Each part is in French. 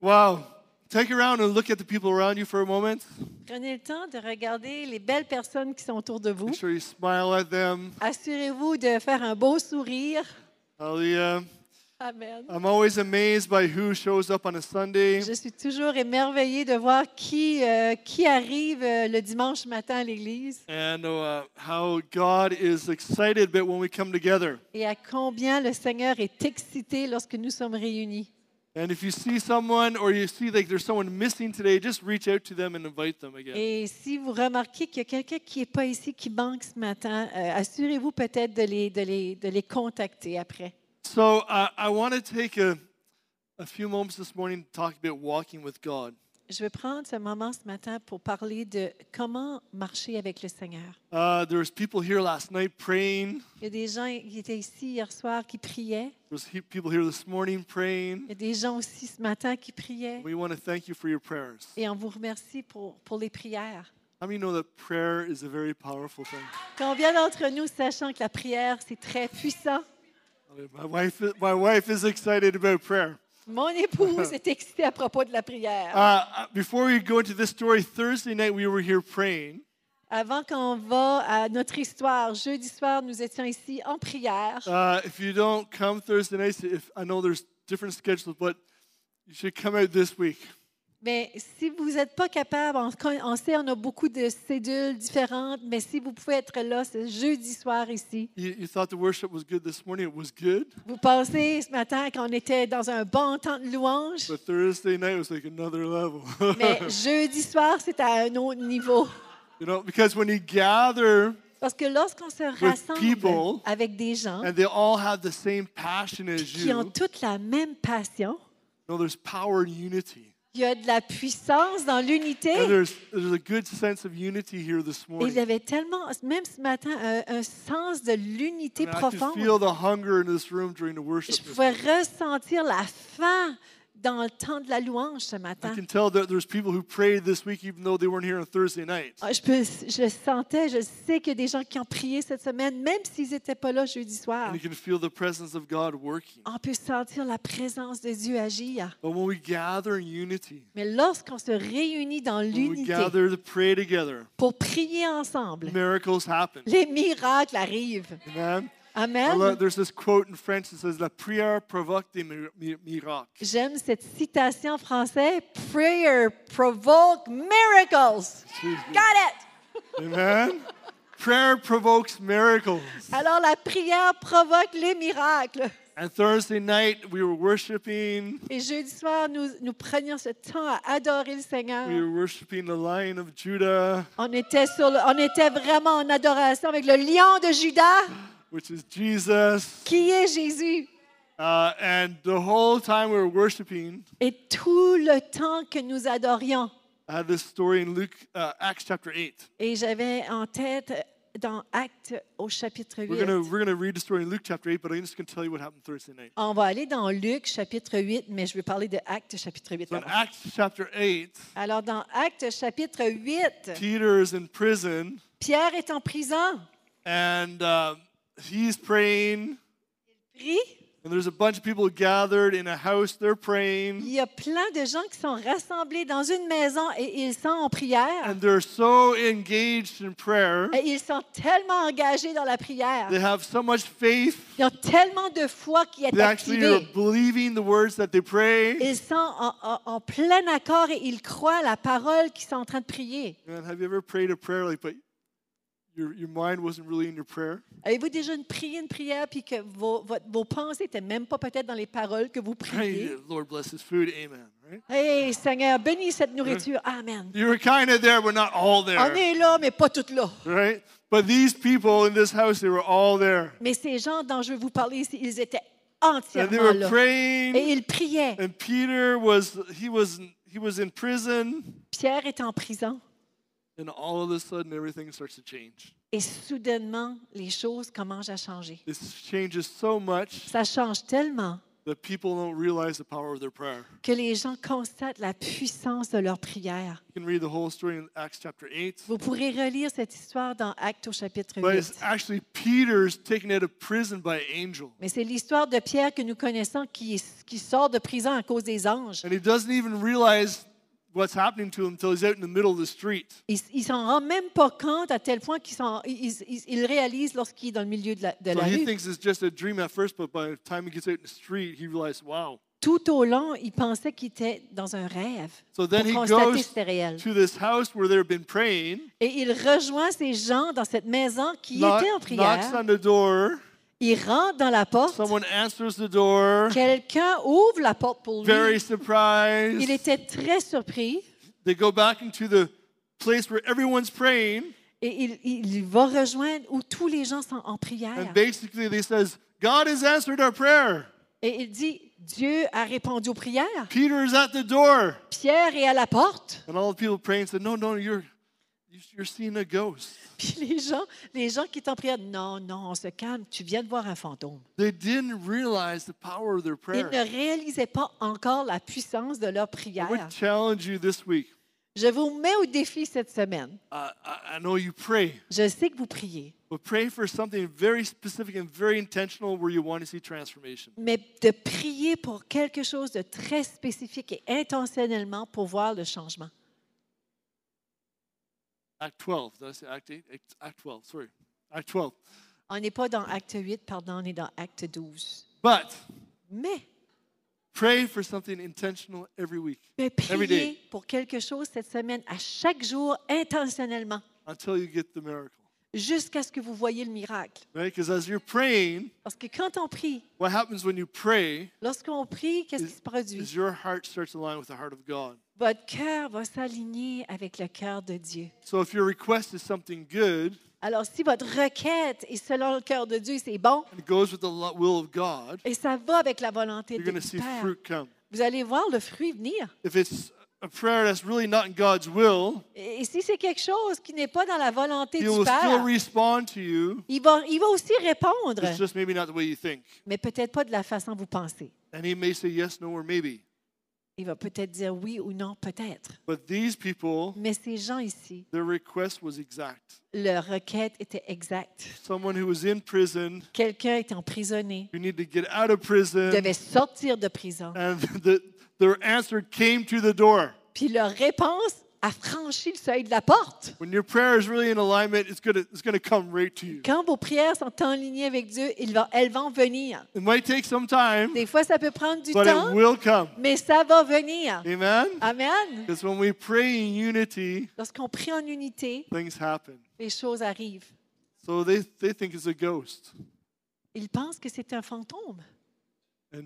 Wow. Take around and look at the people around you for a moment. Prenez le temps de regarder les belles personnes qui sont autour de vous. Make sure you smile at them. Assurez-vous de faire un beau sourire. Hallelujah. Amen. I'm always amazed by who shows up on a Sunday. Je suis toujours émerveillée de voir qui, euh, qui arrive euh, le dimanche matin à l'église and uh, how God is excited but when we come together. et à combien le Seigneur est excité lorsque nous sommes réunis. And if you see someone or you see like there's someone missing today, just reach out to them and invite them again. Et si vous remarquez qu'il y a quelqu'un qui n'est pas ici, qui manque ce matin, euh, assurez-vous peut-être de les, de, les, de les contacter après. So uh, I want to take a, a few moments this morning to talk about walking with God. Je vais prendre ce moment ce matin pour parler de comment marcher avec le Seigneur. Uh, there was people here last night praying. Il y a des gens qui étaient ici hier soir qui priaient. There was he- people here this morning Il praying. y a des gens aussi ce matin qui priaient. We want to thank you for your prayers. Et on vous remercie pour, pour les prières. How many know that prayer is a very powerful thing? Combien d'entre nous, sachant que la prière, c'est très puissant, I mean, My wife, my wife is excited about prayer. mon épouse est excitée à propos de la prière. Uh, uh, before we go into this story, Thursday night we were here praying, Avant qu'on va à notre histoire, jeudi soir, nous étions ici en prière. Uh, if you don't come Thursday nights, if I know there's different schedules, but you should come out this week. Mais si vous n'êtes pas capable, on, on sait, on a beaucoup de cédules différentes, mais si vous pouvez être là ce jeudi soir ici, You, you thought the worship was good this morning. It was good, vous pensez ce matin qu'on était dans un bon temps de louange, but Thursday night was like another level. mais jeudi soir, c'est à un autre niveau. you know, because when you gather Parce que lorsqu'on se rassemble people avec des gens and they all have the same passion as qui ont you, toutes la même passion, no, there's power in unity. il y a de la puissance dans l'unité. And there's there's a good sense of unity here this Et il y morning. avait tellement, même ce matin, un, un sens de l'unité And I could profonde. feel the hunger in this room during the worship. Je pouvais ressentir la faim dans le temps de la louange ce I matin. can tell that there's people who prayed this week even though they weren't here on Thursday night. Ah, Je, peux, je le sentais, je sais qu'il y a des gens qui ont prié cette semaine, même s'ils n'étaient pas là jeudi soir. And you can feel the presence of God working. On peut sentir la présence de Dieu agir. But when we gather in unity, Mais lorsqu'on se réunit dans when we l'unité gather to pray together, pour prier ensemble, miracles happen. les miracles arrivent. Amen. I love- Amen. there's this quote in French that says, La prière provoque des mi- mi- miracles. J'aime cette citation en français. Prayer provoke miracles. Got it! Amen. Prayer provokes miracles. Alors la prière provoque les miracles. And Thursday night, we were worshiping. Et jeudi soir, nous, nous prenions ce temps à adorer le Seigneur. We were worshiping the Lion of Judah, On était, sur le- on était vraiment en adoration avec le lion de Judas, which is Jesus. qui est Jésus. Uh, and the whole time we were worshiping, Et tout le temps que nous adorions, I had this story in Luke, uh, Acts chapter 8. et j'avais en tête euh, dans Actes euh, au chapitre We're gonna 8. we're gonna read the story in Luke chapter eight, but I'm just gonna tell you what happened Thursday night. On va aller dans Luc chapitre 8, mais je vais parler de Actes chapitre 8. So in avant. Acts chapter eight, Alors, dans Actes chapitre 8, Peter is in prison Pierre est en prison. and uh, he's praying, Prie. and there's a bunch of people gathered in a house. They're praying, Il y a plein de gens qui sont rassemblés dans une maison et ils sont en prière. and they're so engaged in prayer. Et ils sont tellement engagés dans la prière. They have so much faith. Ils ont tellement de foi qui est They actually are activée. believing the words that they pray. Ils sont en, en- en plein accord et ils croient la parole qu'ils sont en train de prier. Man, have you ever prayed a prayer like, but your your mind wasn't really in your prayer? Avez-vous déjà une- prié une prière puis que vos, votre- vos pensées n'étaient même pas peut-être dans les paroles que vous Pray, priez? Lord bless this food, Amen. Right? Hey Seigneur, bénis cette nourriture. Amen. You were kind of there, but not all On there. est là, mais pas toutes là. right? But these people in this house, they were all there. Mais ces gens dont je veux vous parler ici, ils étaient And they entièrement were là. Et praying, ils priaient. and Peter was he was he was in prison, Pierre est en prison. and all of a sudden everything starts to change. Et soudainement, les choses commencent à changer. This changes so much Ça change tellement that people don't realize the power of their prayer. que les gens constatent la puissance de leur prière. You can read the whole story in Acts chapter 8. Vous pourrez relire cette histoire dans Actes au chapitre But it's 8. actually Peter's taken out of prison by an angel. Mais c'est l'histoire de Pierre que nous connaissons qui, est- qui sort de prison à cause des anges. And he doesn't even realize what's happening to him until he's out in the middle of the street. Il il s'en rend même pas compte à tel point qu'il s'en- il- il- il- il réalise lorsqu'il est dans le milieu de la, de So la he rue. thinks it's just a dream at first, but by the time he gets out in the street, he realized, wow. Tout au long, il pensait qu'il était dans un rêve So pour then he constater goes c'était réel. to this house where they've been praying, Et il rejoint ces gens dans cette maison qui knock- était en knocks prière. on the door. Il rentre dans la porte. Someone answers the door, Quelqu'un ouvre la porte pour very lui. Il surprised. était très surpris They go back into the place where everyone's praying, et il, il va rejoindre où tous les gens sont en prière. and basically they says, God has answered our prayer. Et il dit, Dieu a répondu aux prières. Peter is at the door. Pierre est à la porte. And all the people praying said, No, no, you're you're seeing a ghost. Puis les gens, les gens qui sont en prière, non, non, on se calme, tu viens de voir un fantôme. They didn't realize the power of their Ils ne prayer. réalisaient pas encore la puissance de leur I prière. would challenge you this week. Je vous mets au défi cette semaine. I, I, I know you pray, Je sais que vous priez, but pray for something very specific and very intentional where you want to see transformation. mais de prier pour quelque chose de très spécifique et intentionnellement pour voir le changement. Act 12. Did I say Act 8? Act, act 12, sorry. Act 12. On n'est pas dans acte 8, pardon, on est dans acte 12. But Mais, pray for something intentional every week mais Every priez day. pour quelque chose cette semaine, à chaque jour, intentionnellement, until you get the miracle. jusqu'à ce que vous voyez le miracle. Right? Because as you're praying, Parce que quand on prie, what happens when you pray Lorsqu'on prie, qu'est-ce qui se is produit? your heart starts to align with the heart of God. Votre cœur va s'aligner avec le cœur de Dieu. So if your request is something good, Alors, si votre requête est selon le cœur de Dieu, c'est bon it goes with the lo- will of God, et ça va avec la volonté you're de going to see du Père. fruit come. Vous allez voir le fruit venir. If it's a prayer that's really not in God's will, Et et si c'est quelque chose qui n'est pas dans la volonté He du will still Père, respond to you. il va, il va aussi répondre, It's just maybe not the way you think. mais peut-être pas de la façon que vous pensez. And He may say yes, no, or maybe. Il va peut-être dire oui ou non, peut-être. But these people, Mais ces gens ici, their request was exact. leur requête était exacte. Someone who was in prison, Quelqu'un était emprisonné, who needed to get out of prison, devait sortir de prison. and the, their answer came to the door. Puis leur réponse a franchi le seuil de la porte. When your prayer is really in alignment, it's gonna it's gonna come right to you. Quand vos prières sont en ligne avec Dieu, il va- elles vont venir. It might take some time, Des fois, ça peut prendre du but temps, it will come. mais ça va venir. Amen. Amen. Because when we pray in unity, Lorsqu'on prie en unité, things happen. les choses arrivent. So they, they think it's a ghost. Ils pensent que c'est un fantôme. And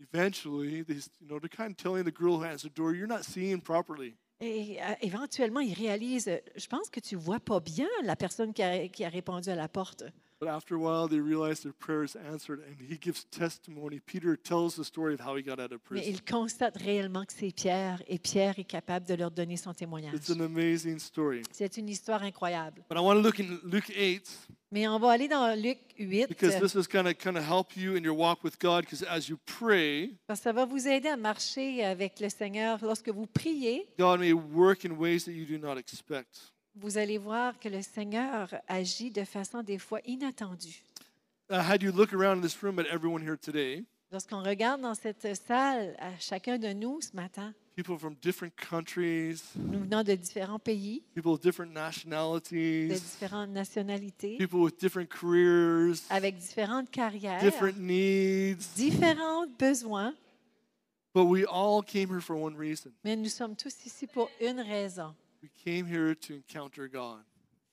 eventually, they, s- you know, they're kind of telling the girl who has the door, you're not seeing properly. Et euh, éventuellement, ils réalisent, euh, je pense que tu vois pas bien la personne qui a, qui a répondu à la porte. But after a while, they realize their prayer is answered, and he gives testimony. Peter tells the story of how he got out of Mais prison. ils constatent réellement que c'est Pierre, et Pierre est capable de leur donner son témoignage. It's an amazing story. C'est une histoire incroyable. But I want to look in Luke 8 Mais on va aller dans Luc 8. because this is going to kind of help you in your walk with God. Because as you pray, Parce que ça va vous aider à marcher avec le Seigneur. Lorsque vous priez, God may work in ways that you do not expect. vous allez voir que le Seigneur agit de façon des fois inattendue. Uh, had you look around in this room at everyone here today, Lorsqu'on regarde dans cette salle, à chacun de nous ce matin, people from different countries, nous venons de différents pays, people of different de nationalities, différentes nationalités, people with different careers, avec différentes carrières, different needs. différents besoins, But we all came here for one reason. mais nous sommes tous ici pour une raison, We came here to encounter God.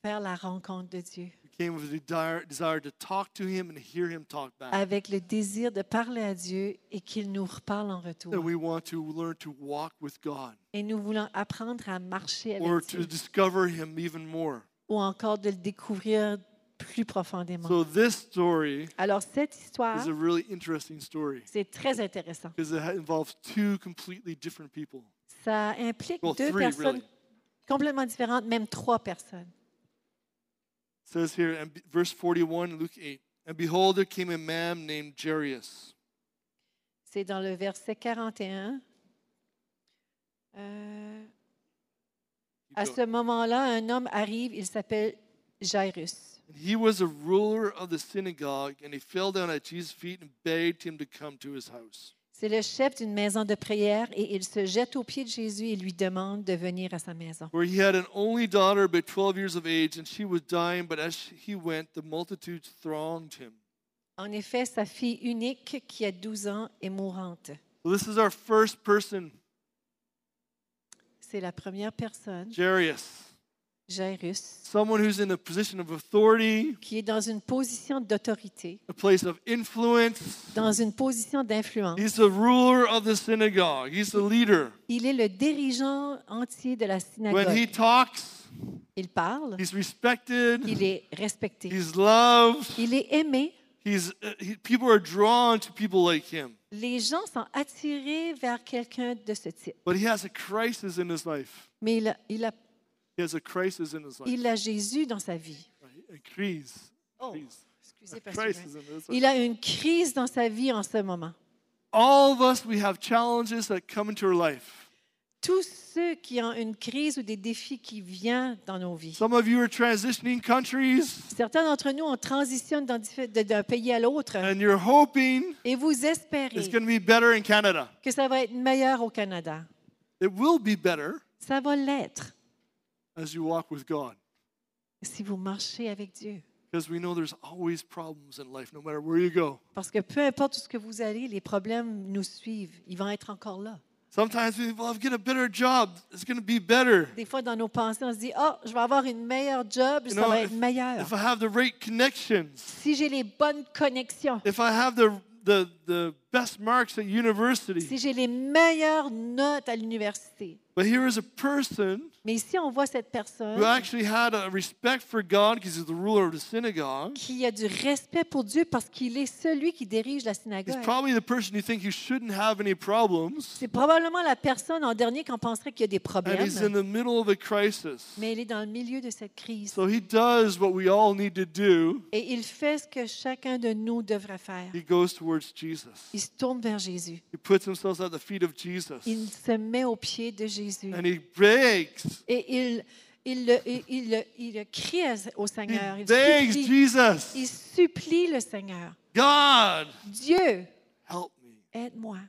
faire la rencontre de Dieu, We came with a desire, desire to talk to Him and hear Him talk back. avec le désir de parler à Dieu et qu'il nous reparle en retour. And we want to learn to walk with God Et nous voulons apprendre à marcher or avec to Dieu. discover Him even more. ou encore de le découvrir plus profondément. So, this story Alors, cette histoire, is a really interesting story c'est très intéressant. because it ha- involves two completely different people. Ça implique Well, deux three, personnes really. complètement différentes, même trois personnes. It says here, and be- verse 41, Luke 8, and behold, there came a man named Jairus, C'est dans le verset 41. Euh, Keep à going. ce moment-là, un homme arrive, il s'appelle Jairus. And he was a ruler of the synagogue, and he fell down at Jesus' feet and begged him to come to his house. C'est le chef d'une maison de prière et il se jette aux pieds de Jésus et lui demande de venir à sa maison. Where he had an only daughter, about 12 years of age, and she was dying, but as he went, the multitudes thronged him. En effet, sa fille unique, qui a 12 ans, est mourante. So this is our first person, C'est la première personne, Jairus, Jairus, someone who's in a position of authority, qui est dans une position d'autorité, a place of influence. dans une position d'influence. He's the ruler of the synagogue, he's the leader. Il est le dirigeant entier de la When he synagogue. talks, Il parle, he's respected, il est respecté, he's loved. il est aimé. He's uh, he, people are drawn to people like him, Les gens sont attirés vers quelqu'un de ce type. but he has a crisis in his life. Mais il a, il a, He has a crisis in his life. il a Jésus dans sa vie. right? A crise. Oh, Crise. excusez, A Pasteur. crisis in his life. Il a une crise dans sa vie en ce moment. All of us, we have challenges that come into our life. Tous ceux qui ont une crise ou des défis qui viennent dans nos vies. Some of you are transitioning countries, Certains d'entre nous, on transitionne dans diffé- de- d'un pays à l'autre and you're hoping et vous espérez it's going to be better in Canada. que ça va être meilleur au Canada. It will be better Ça va l'être as you walk with God, si vous marchez avec Dieu. because we know there's always problems in life, no matter where you go. Parce que peu importe où ce que vous allez, les problèmes nous suivent. Ils vont être encore là. Sometimes we think, well, if I get a better job, it's going to be better. Des fois, dans nos pensées, on se dit, oh, je vais avoir une meilleure job, You ça know, va if- être meilleur. If I have the right connections, Si j'ai les bonnes connexions, if I have the, the, the best marks at si university, j'ai les meilleures notes à l'université. but here is a person Mais ici, on voit cette personne who actually had a respect for God because he's the ruler of the synagogue. qui a du respect pour Dieu parce qu'il est celui qui dirige la He's synagogue. probably the person you think you shouldn't have any problems, C'est probablement la personne en dernier qu'on penserait qu'il y a des and he's in problèmes, the middle of a crisis. mais il est dans le milieu de cette crise. So he does what we all need to do. Et il fait ce que chacun de nous devrait faire. He goes towards Jesus. Il se tourne vers Jésus. He puts himself at the feet of Jesus, Il se met aux pieds de Jésus. and he begs. Et il, il, le- il, il le- il le crie à- au He Seigneur. Il begs supplie, Jesus, il supplie le Seigneur. God, Dieu, help me. aide-moi.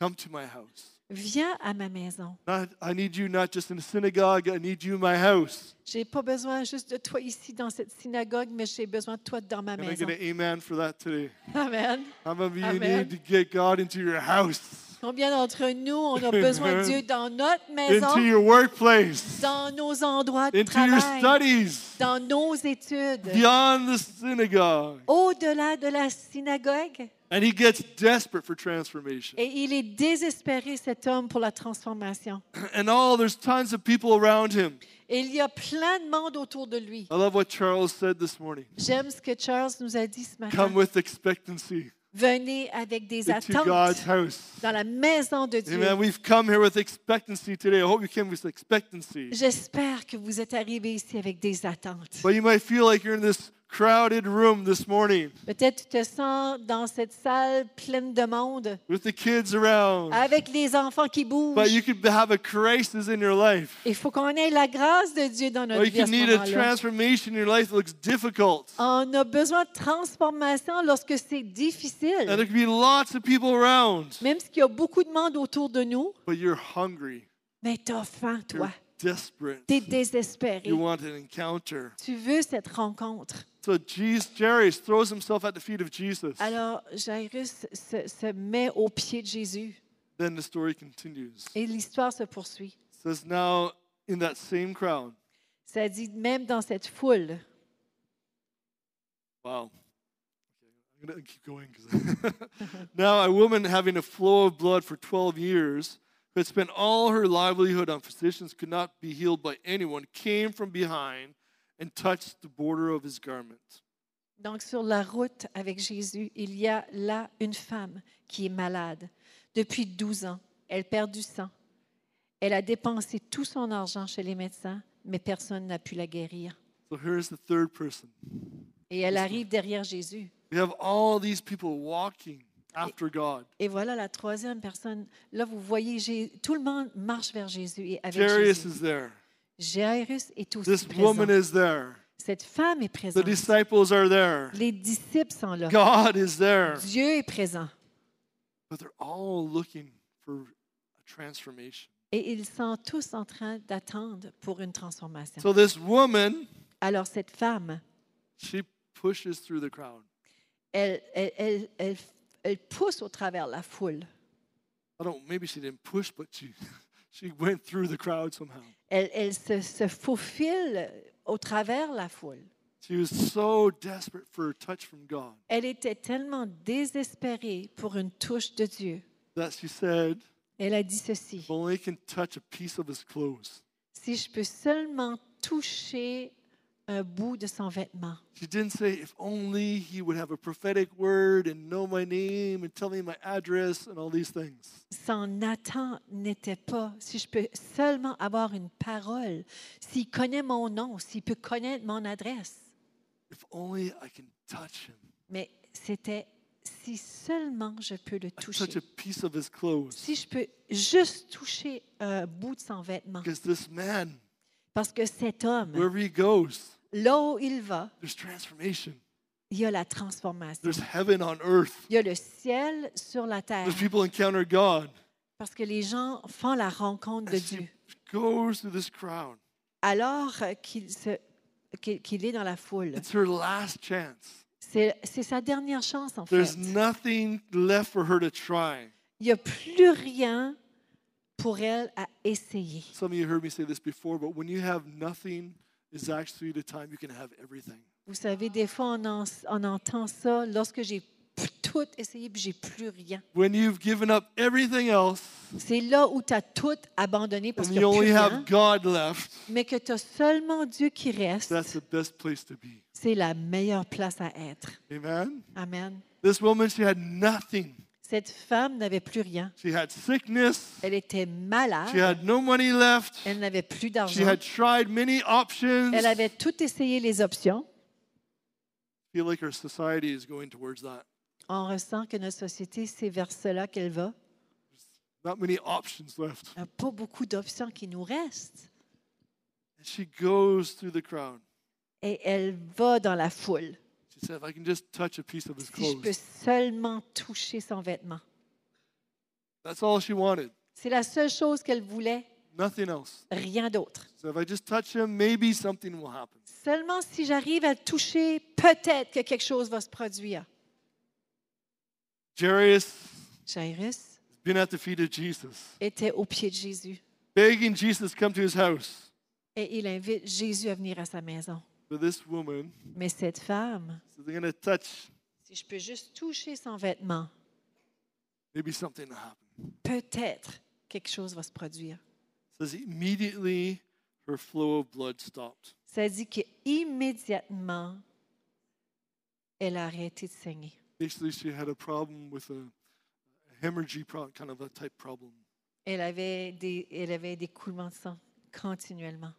Come to my house. Viens à ma maison. Not, I need you not just in the synagogue, I need you in my house. J'ai pas besoin juste de toi ici dans cette synagogue, mais j'ai besoin de toi dans ma Can I maison. get an amen for that today? Amen. How many of you Amen. need to get God into your house, Combien d'entre nous, on a besoin de Amen. Dieu dans notre into maison, your workplace, dans nos endroits de into your travail, studies, dans nos études, beyond the synagogue? au-delà de la synagogue? And he gets desperate for transformation. Et il est désespéré, cet homme, pour la transformation. And all there's tons of people around him. Et il y a plein de monde autour de lui. I love what Charles said this morning. J'aime ce que Charles nous a dit ce matin. Come with expectancy Venez avec des into God's attentes house. dans la maison de Dieu. Amen. We've come here with expectancy today. I hope you came with expectancy. J'espère que vous êtes arrivés ici avec des attentes. But you might feel like you're in this crowded room this morning Peut-être tu te sens dans cette salle pleine de monde, with the kids around. avec les enfants qui But bougent. you could have a crisis in your life. Il faut qu'on ait la grâce de Dieu dans Or notre you vie à could ce need a moment-là. transformation in your life that looks difficult. On a besoin de transformation lorsque c'est And difficile. there could be lots of people around. Même s'il y a beaucoup de monde autour de nous, But you're hungry. mais t'as faim, toi. You're desperate. T'es désespéré. Mm. You want an encounter. Tu veux cette rencontre. So Jesus, Jairus throws himself at the feet of Jesus. Alors, Jairus se, se met aux pieds de Jésus Then the story continues. It et l'histoire se poursuit. says, Now in that same crowd, Ça dit même dans cette foule. Wow. Okay, I'm going to keep going. 'cause- now, a woman having a flow of blood for 12 years, who had spent all her livelihood on physicians, could not be healed by anyone, came from behind and touched the border of his garment. Donc, sur la route avec Jésus, il y a là une femme qui est malade. Depuis 12 ans, elle perd du sang. Elle a dépensé tout son argent chez les médecins, mais personne n'a pu la guérir. So here's the third person. Et elle arrive derrière Jésus. We have all these people walking, after God. Et voilà la troisième personne. Là, vous voyez, Jé- tout le monde marche vers Jésus et avec Jairus Jésus. is there. Jairus est aussi This présent. woman is there. Cette femme est The présente. disciples are there. Les disciples sont là. God is there. Dieu est présent. But they're all looking for a transformation. Et ils sont tous en train d'attendre pour une transformation. So this woman, Alors cette femme, she pushes through the crowd. elle, elle, elle, elle- elle pousse au travers la foule. I don't maybe she didn't push, but she she went through the crowd somehow. Elle, elle se, se faufile au travers la foule. She was so desperate for a touch from God Elle était tellement désespérée pour une touche de Dieu. that she said, Elle a dit ceci. if only I can touch a piece of his clothes. Si je peux seulement toucher un bout de son vêtement. She didn't say, if only he would have a prophetic word and know my name and tell me my address and all these things. Son attente n'était pas, si je peux seulement avoir une parole, s'il connaît mon nom, s'il peut connaître mon adresse. If only I can touch him, Mais c'était si seulement je peux le I touch toucher. a piece of his clothes. Si je peux juste toucher un bout de son vêtement. Because this man, Parce que cet homme, wherever he goes, là où il va, there's transformation. il y a la transformation. There's heaven on earth. Il y a le ciel sur la terre. There's people encounter God. Parce que les gens font la rencontre de And Dieu. she goes through this crowd. alors euh, qu'il se- qu'il- qu'il est dans la foule. It's her last chance. C'est c'est sa dernière chance, en fait. There's nothing left for her to try. Il n'y a plus rien pour elle à essayer. Some of you heard me say this before, but when you have nothing, is actually the time you can have everything. Vous savez, des fois, on, en- on entend ça lorsque j'ai p- tout essayé puis j'ai plus rien. When you've given up everything else C'est là où tu as tout abandonné parce and que you only plus have rien, God left, mais que tu as seulement Dieu qui reste. that's the best place to be. C'est la meilleure place à être. Amen? Amen. This woman, she had nothing. Cette femme n'avait plus rien. She had sickness. Elle était She malade. had no money left. Elle n'avait plus She d'argent. had tried many options. Elle I avait tout essayé les options. feel like our society is going towards that. On ressent que notre société, c'est vers cela qu'elle va. Not many options left. Il n'y a pas beaucoup d'options qui nous restent. And she goes through the crowd. Et elle va dans la foule. She said, if I can just touch a piece of his Si je peux clothes. seulement toucher son vêtement. That's all she wanted. C'est la seule chose qu'elle voulait, Nothing else. rien d'autre. So if I just touch him, maybe something will happen. Seulement si j'arrive à le toucher, peut-être que quelque chose va se produire. Jairus has Jairus been at the feet of Jesus, était au pied de Jésus begging Jesus to come to his house. et il invite Jésus à venir à sa maison. But this woman Mais cette femme, says, I'm going to touch. si je peux juste toucher son vêtement, Maybe something will happen. peut-être quelque chose va se produire. Says immediately her flow of blood stopped. Ça dit qu'immédiatement, elle a arrêté de saigner. Basically, she had a problem with a, a hemorrhage pro- kind of a type problem. Elle avait des, elle avait des coulements de sang continuellement.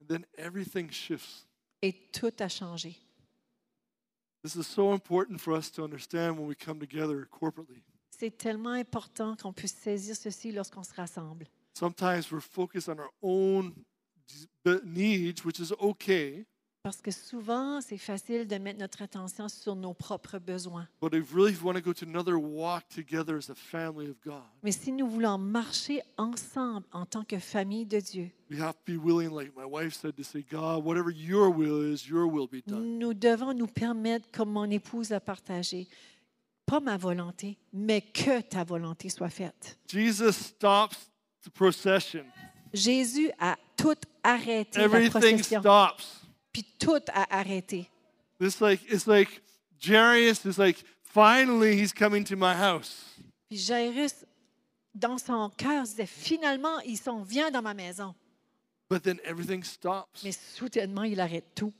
And then everything shifts. Et tout a changé. This is so important for us to understand when we come together corporately. C'est tellement important qu'on puisse saisir ceci lorsqu'on se rassemble. Sometimes we're focused on our own dis- b- needs, which is okay, Parce que souvent, c'est facile de mettre notre attention sur nos propres besoins. but if really want to go to another walk together as a family of God, Mais si nous voulons marcher ensemble en tant que famille de Dieu, we have to be willing, like my wife said, to say, God, whatever your will is, your will be done. nous devons nous permettre, comme mon épouse a partagé, pas ma volonté, mais que ta volonté soit faite. Jesus stops the procession, Jésus a tout arrêté la everything procession, stops. puis tout a arrêté. It's like, it's like Jairus is like, finally, he's coming to my house. Puis Jairus, dans son cœur, se disait finalement, ils sont vient dans ma maison. But then everything stops. Mais soudainement, il arrête tout.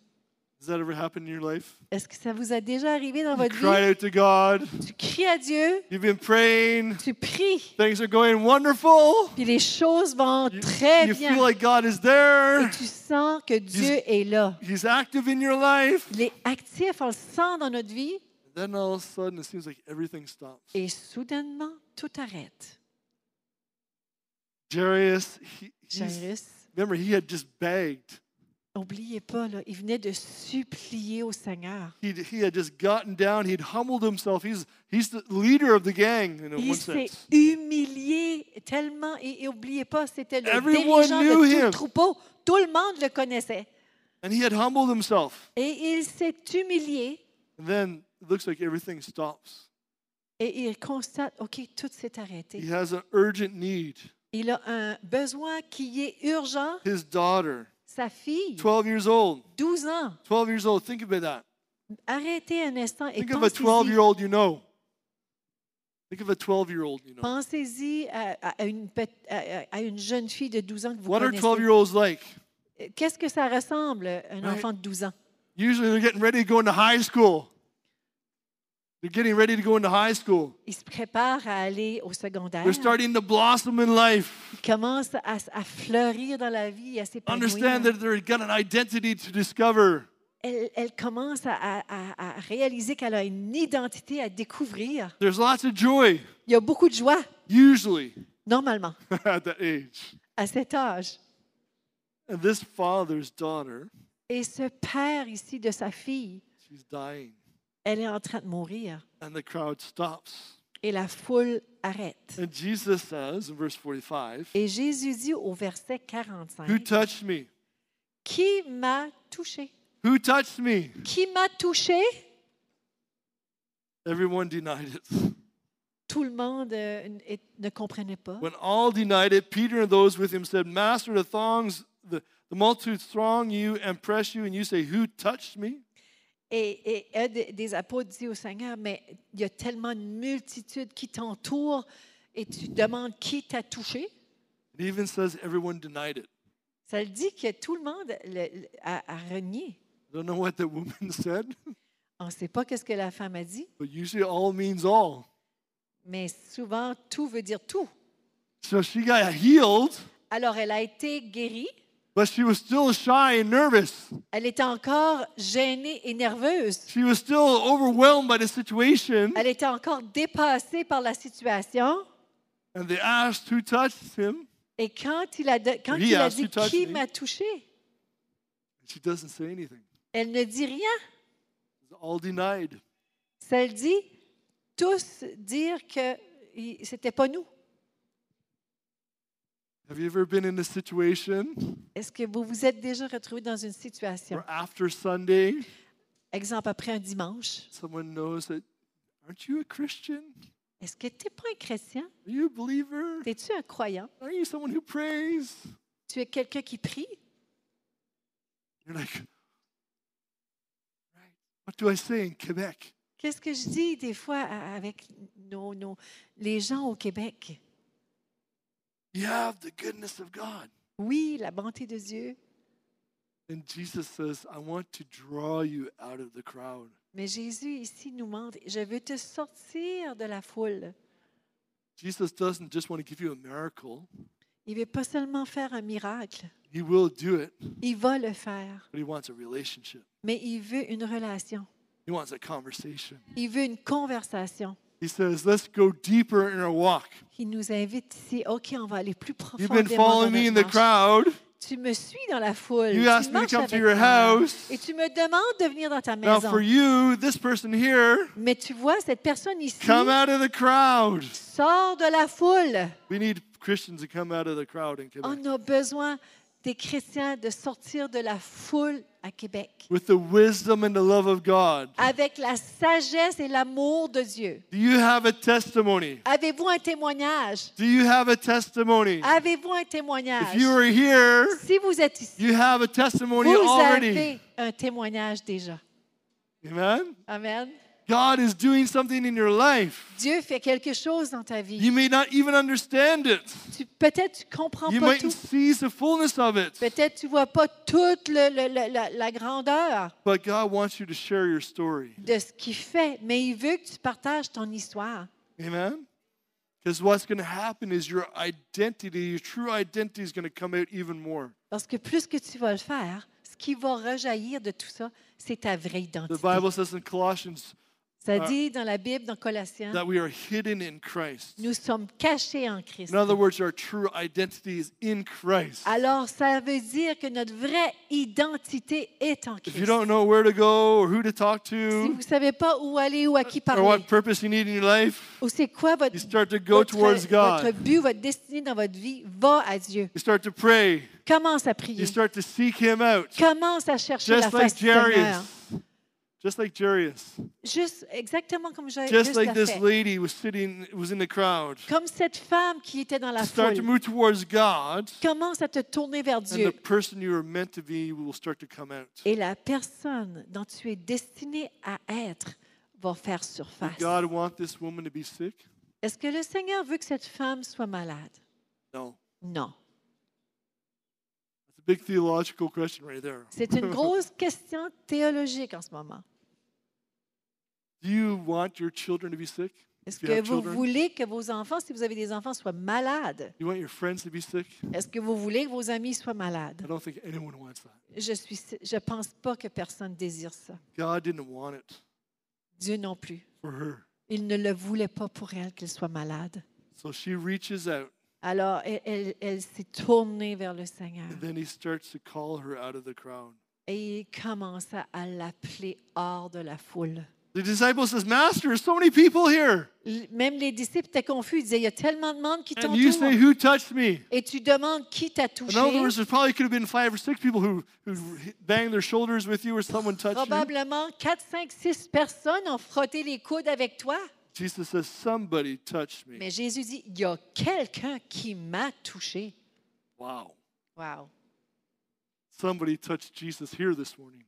Has that ever happened in your life? Est-ce que ça vous a déjà arrivé dans You votre cried vie? out to God. Tu cries à Dieu, You've been praying. tu pries, Things are going wonderful. puis les choses vont You, très you bien. feel like God is Et there. tu sens que Dieu est là. He's active in your life. Il est actif, on le sent dans notre vie. Then all of a sudden, it seems like everything stops. Et soudainement, tout arrête. Jairus, he, he's- Jairus, remember, he had just begged. n'oubliez pas, là, il venait de supplier au Seigneur. He, he had just gotten down. He'd humbled himself. He's, he's the leader of the gang in one Il s'est sense. humilié tellement, et, et oubliez pas, c'était le Everyone dirigeant knew de tout him. le troupeau. Tout le monde le connaissait. And he had humbled himself. Et il s'est humilié And then it looks like everything stops. et il constate, OK, tout s'est He arrêté. has an urgent need. Il a un besoin qui est urgent. His daughter, Sa fille, 12 years old. 12 ans, 12 years old. Think about that. arrêtez un instant et Think of a 12 pensez-y year old you know. Think of a 12 year old you know. Pensez-y à, à- à une, pe- à- à- à une jeune fille de 12 ans que vous What are 12 connaissez. year olds like? Qu'est-ce que ça ressemble, un Ouais. enfant de 12 ans? Usually they're getting ready to go into high school. They're getting ready to go into high school. Il se prépare à aller au secondaire. They're starting to blossom in life. Il commence à, s- à fleurir dans la vie, à Understand s'épanouir. that they've got an identity to discover. Elle, elle commence à, à- à- à réaliser qu'elle a une identité à découvrir. There's lots of joy, Il y a beaucoup de joie, usually, normalement, at that age. à cet âge. And this father's daughter, Et ce père ici de sa fille, she's dying. elle est en train de mourir. And the crowd stops. Et la foule arrête. And Jesus says in verse 45, Et Jésus dit au verset Who 45, touched me? Qui m'a touché? Who touched me? Qui m'a touché? Everyone denied it. Tout le monde euh, n- et- ne comprenait pas. When all denied it, Peter and those with him said, Master, the thongs, the, the multitudes throng you and press you, and you say, Who touched me? Et, et un de- des apôtres dit au Seigneur, mais il y a tellement de multitudes qui t'entourent et tu demandes qui t'a touché. It even says everyone denied it. Ça le dit que tout le monde le- le- a, a renié. I don't know what that woman said, On ne sait pas qu'est-ce que la femme a dit, but usually all means all. mais souvent tout veut dire tout. So she got healed, Alors elle a été guérie, but she was still shy and nervous. elle était encore gênée et nerveuse, She was still overwhelmed by the situation. elle était encore dépassée par la situation. And they asked who touched him. Et quand il a, de- quand He il a asked, dit "Who touched qui me?" m'a touché, She doesn't say anything. elle ne dit rien. It's all denied. Ça le dit tous dire que i- c'était pas nous. Have you ever been in a situation Est-ce que vous vous êtes déjà retrouvé dans une situation, where after Sunday, exemple après un dimanche, someone knows that, aren't you a Christian? est-ce que tu n'es pas un chrétien? Are you a believer? Es-tu un croyant? Are you someone who prays? Tu es quelqu'un qui prie? You're like, right. What do I say in Quebec? Qu'est-ce que je dis des fois à- avec nos, nos- les gens au Québec? You have the goodness of God. Oui, la bonté de Dieu. And Jesus says, I want to draw you out of the crowd. Mais Jésus ici nous montre, je veux te sortir de la foule. Jesus doesn't just want to give you a miracle. Il ne veut pas seulement faire un miracle, He will do it, but il va le faire, he wants a relationship. mais il veut une relation. He wants a conversation. Il veut une conversation. He says, Let's go deeper in our walk. Il nous invite ici. OK, on va aller plus You've been profondément. dans following me in the notre marche. crowd. Tu me suis dans la foule. You tu asked me to marches come to avec your moi. house. Et tu me demandes de venir dans ta Now, maison. for you, this person here, Mais tu vois, cette personne ici come out of the crowd. sort de la foule. We need Christians to come out of the crowd in Quebec On a besoin des chrétiens de sortir de la foule à Québec with the wisdom and the love of God. avec la sagesse et l'amour de Dieu. Do you have a testimony? Avez-vous un témoignage? Do you have a testimony? Avez-vous un If témoignage? you are here, Si vous êtes ici, you have a testimony vous already. avez un témoignage déjà. Amen? Amen. God is doing something in your life. Dieu fait quelque chose dans ta vie. You may not even understand it. Tu- Peut-être tu comprends You pas mightn't tout. seize the fullness of it. Peut-être tu vois pas toute le- le- le- la, la grandeur But God wants you to share your story. de ce qu'il fait, mais il veut que tu partages ton histoire. Amen? Because what's going to happen is your identity, your true identity, is going to come out even more. Parce que plus que tu vas le faire, ce qui va rejaillir de tout ça, c'est ta vraie The identité. Bible says in Colossians Ça Ah. dit dans la Bible, dans Colossiens, that we are hidden in Christ. nous sommes cachés en Christ. In other words, our true identity is in Christ. Alors, ça veut dire que notre vraie identité est en If you Christ. don't know where to go or who to talk Si to vous ne savez pas où aller ou à qui or parler, what purpose you need in your life, ou c'est quoi votre, you start to go votre, towards votre God. but, votre destinée dans votre vie, va à Dieu. You start to pray. Commence You à prier. start to seek Him out. Commence à chercher la Just like face du Seigneur. Jairus. Just like Jairus. Juste exactement comme j'ai Just juste like l'a this fait. lady was sitting, was in the crowd. Comme cette femme qui était dans la Start to foule. move towards God, Commence à te tourner vers and the Dieu. person you are meant to be will start to come out. Et la personne dont tu es destiné à être va faire Did surface. God want this woman to be sick? Est-ce que le Seigneur veut que cette femme soit malade? No. Non. That's a big theological question right there. C'est une grosse question théologique en ce moment. Do you want your children to be sick? Est-ce If you que have vous children? voulez que vos enfants, si vous avez des enfants, soient malades? You want your friends to be sick? Est-ce que vous voulez que vos amis soient I malades? don't think anyone wants that. Je ne je pense pas que personne désire ça. God didn't want it Dieu non plus. for her. Il ne le voulait pas pour elle qu'elle soit malade. So she reaches out, Alors, elle, elle- elle s'est tournée vers le Seigneur and then he starts to call her out of the crowd. et il commença à l'appeler hors de la foule. The disciple says, Master, there's so many people here. L- Même les disciples étaient confus. Ils disaient, il y a tellement de monde qui And you say, t'entoure. Who touched me? Et tu demandes qui t'a In touché. other words, there probably could have been five or six people who, who banged their shoulders with you or someone touched you. Probablement 4, 5, 6 personnes ont frotté les coudes avec toi. Jesus says, Somebody touched me. Mais Jésus dit, il y a quelqu'un qui m'a touché. Wow. Wow. Somebody touched Jesus here this morning.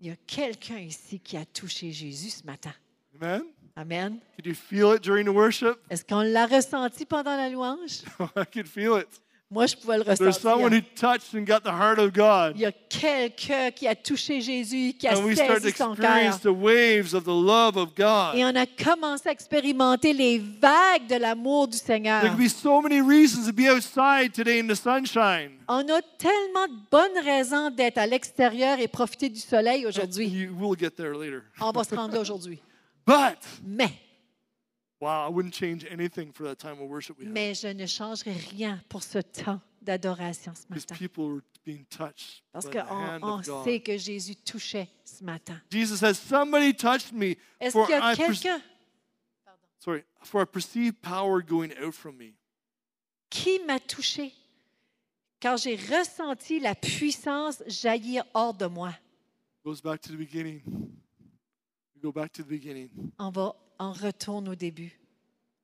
Il y a quelqu'un ici qui a touché Jésus ce matin. Amen? Amen. Could you feel it during the worship? Est-ce qu'on l'a ressenti pendant la louange? I could feel it. Moi, je pouvais le There's someone who ressentir. touched and got the heart of God. Il y a quelqu'un qui a touché Jésus, qui a And we start to saisi son experience cœur. the waves of the love of God. Et on a commencé à expérimenter les vagues de l'amour du Seigneur. There could be so many reasons to be outside today in the sunshine. On a tellement de bonnes raisons d'être à l'extérieur et profiter du soleil aujourd'hui. You will get there later. On va se rendre là aujourd'hui. But, Mais, wow, I wouldn't change anything for that time of worship we had. mais je ne changerai rien pour ce temps d'adoration ce Because matin. people were being touched Parce by the hand qu'on of God. sait que Jésus touchait ce matin. Jesus says, somebody touched me Est-ce for qu'il y a I perce- quelqu'un sorry, for I perceived power going out from me. qui m'a touché quand j'ai ressenti la puissance jaillir hors de moi? goes back to the beginning. We go back to the beginning. On va, on retourne au début.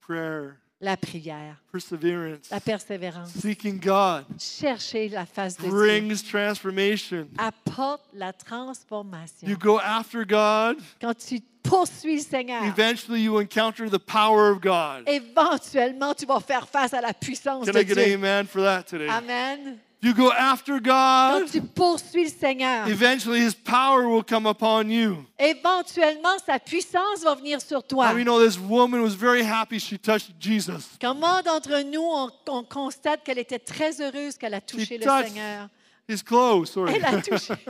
Prayer, La prière, perseverance, la persévérance, seeking God chercher la face de Dieu. brings transformation. apporte la transformation. You go after God, Quand tu poursuis le Seigneur, eventually you encounter the power of God. éventuellement, tu vas faire face à la puissance Can de I get an Dieu. amen for that today? Um, Amen. You go after Quand God, tu poursuis le Seigneur, eventually his power will come upon you. éventuellement, sa puissance va venir sur toi. How we know this woman was very happy she touched Jesus. Comment d'entre nous, on, on constate qu'elle était très heureuse qu'elle a touché le touched Seigneur. His clothes, sorry. Elle a touché,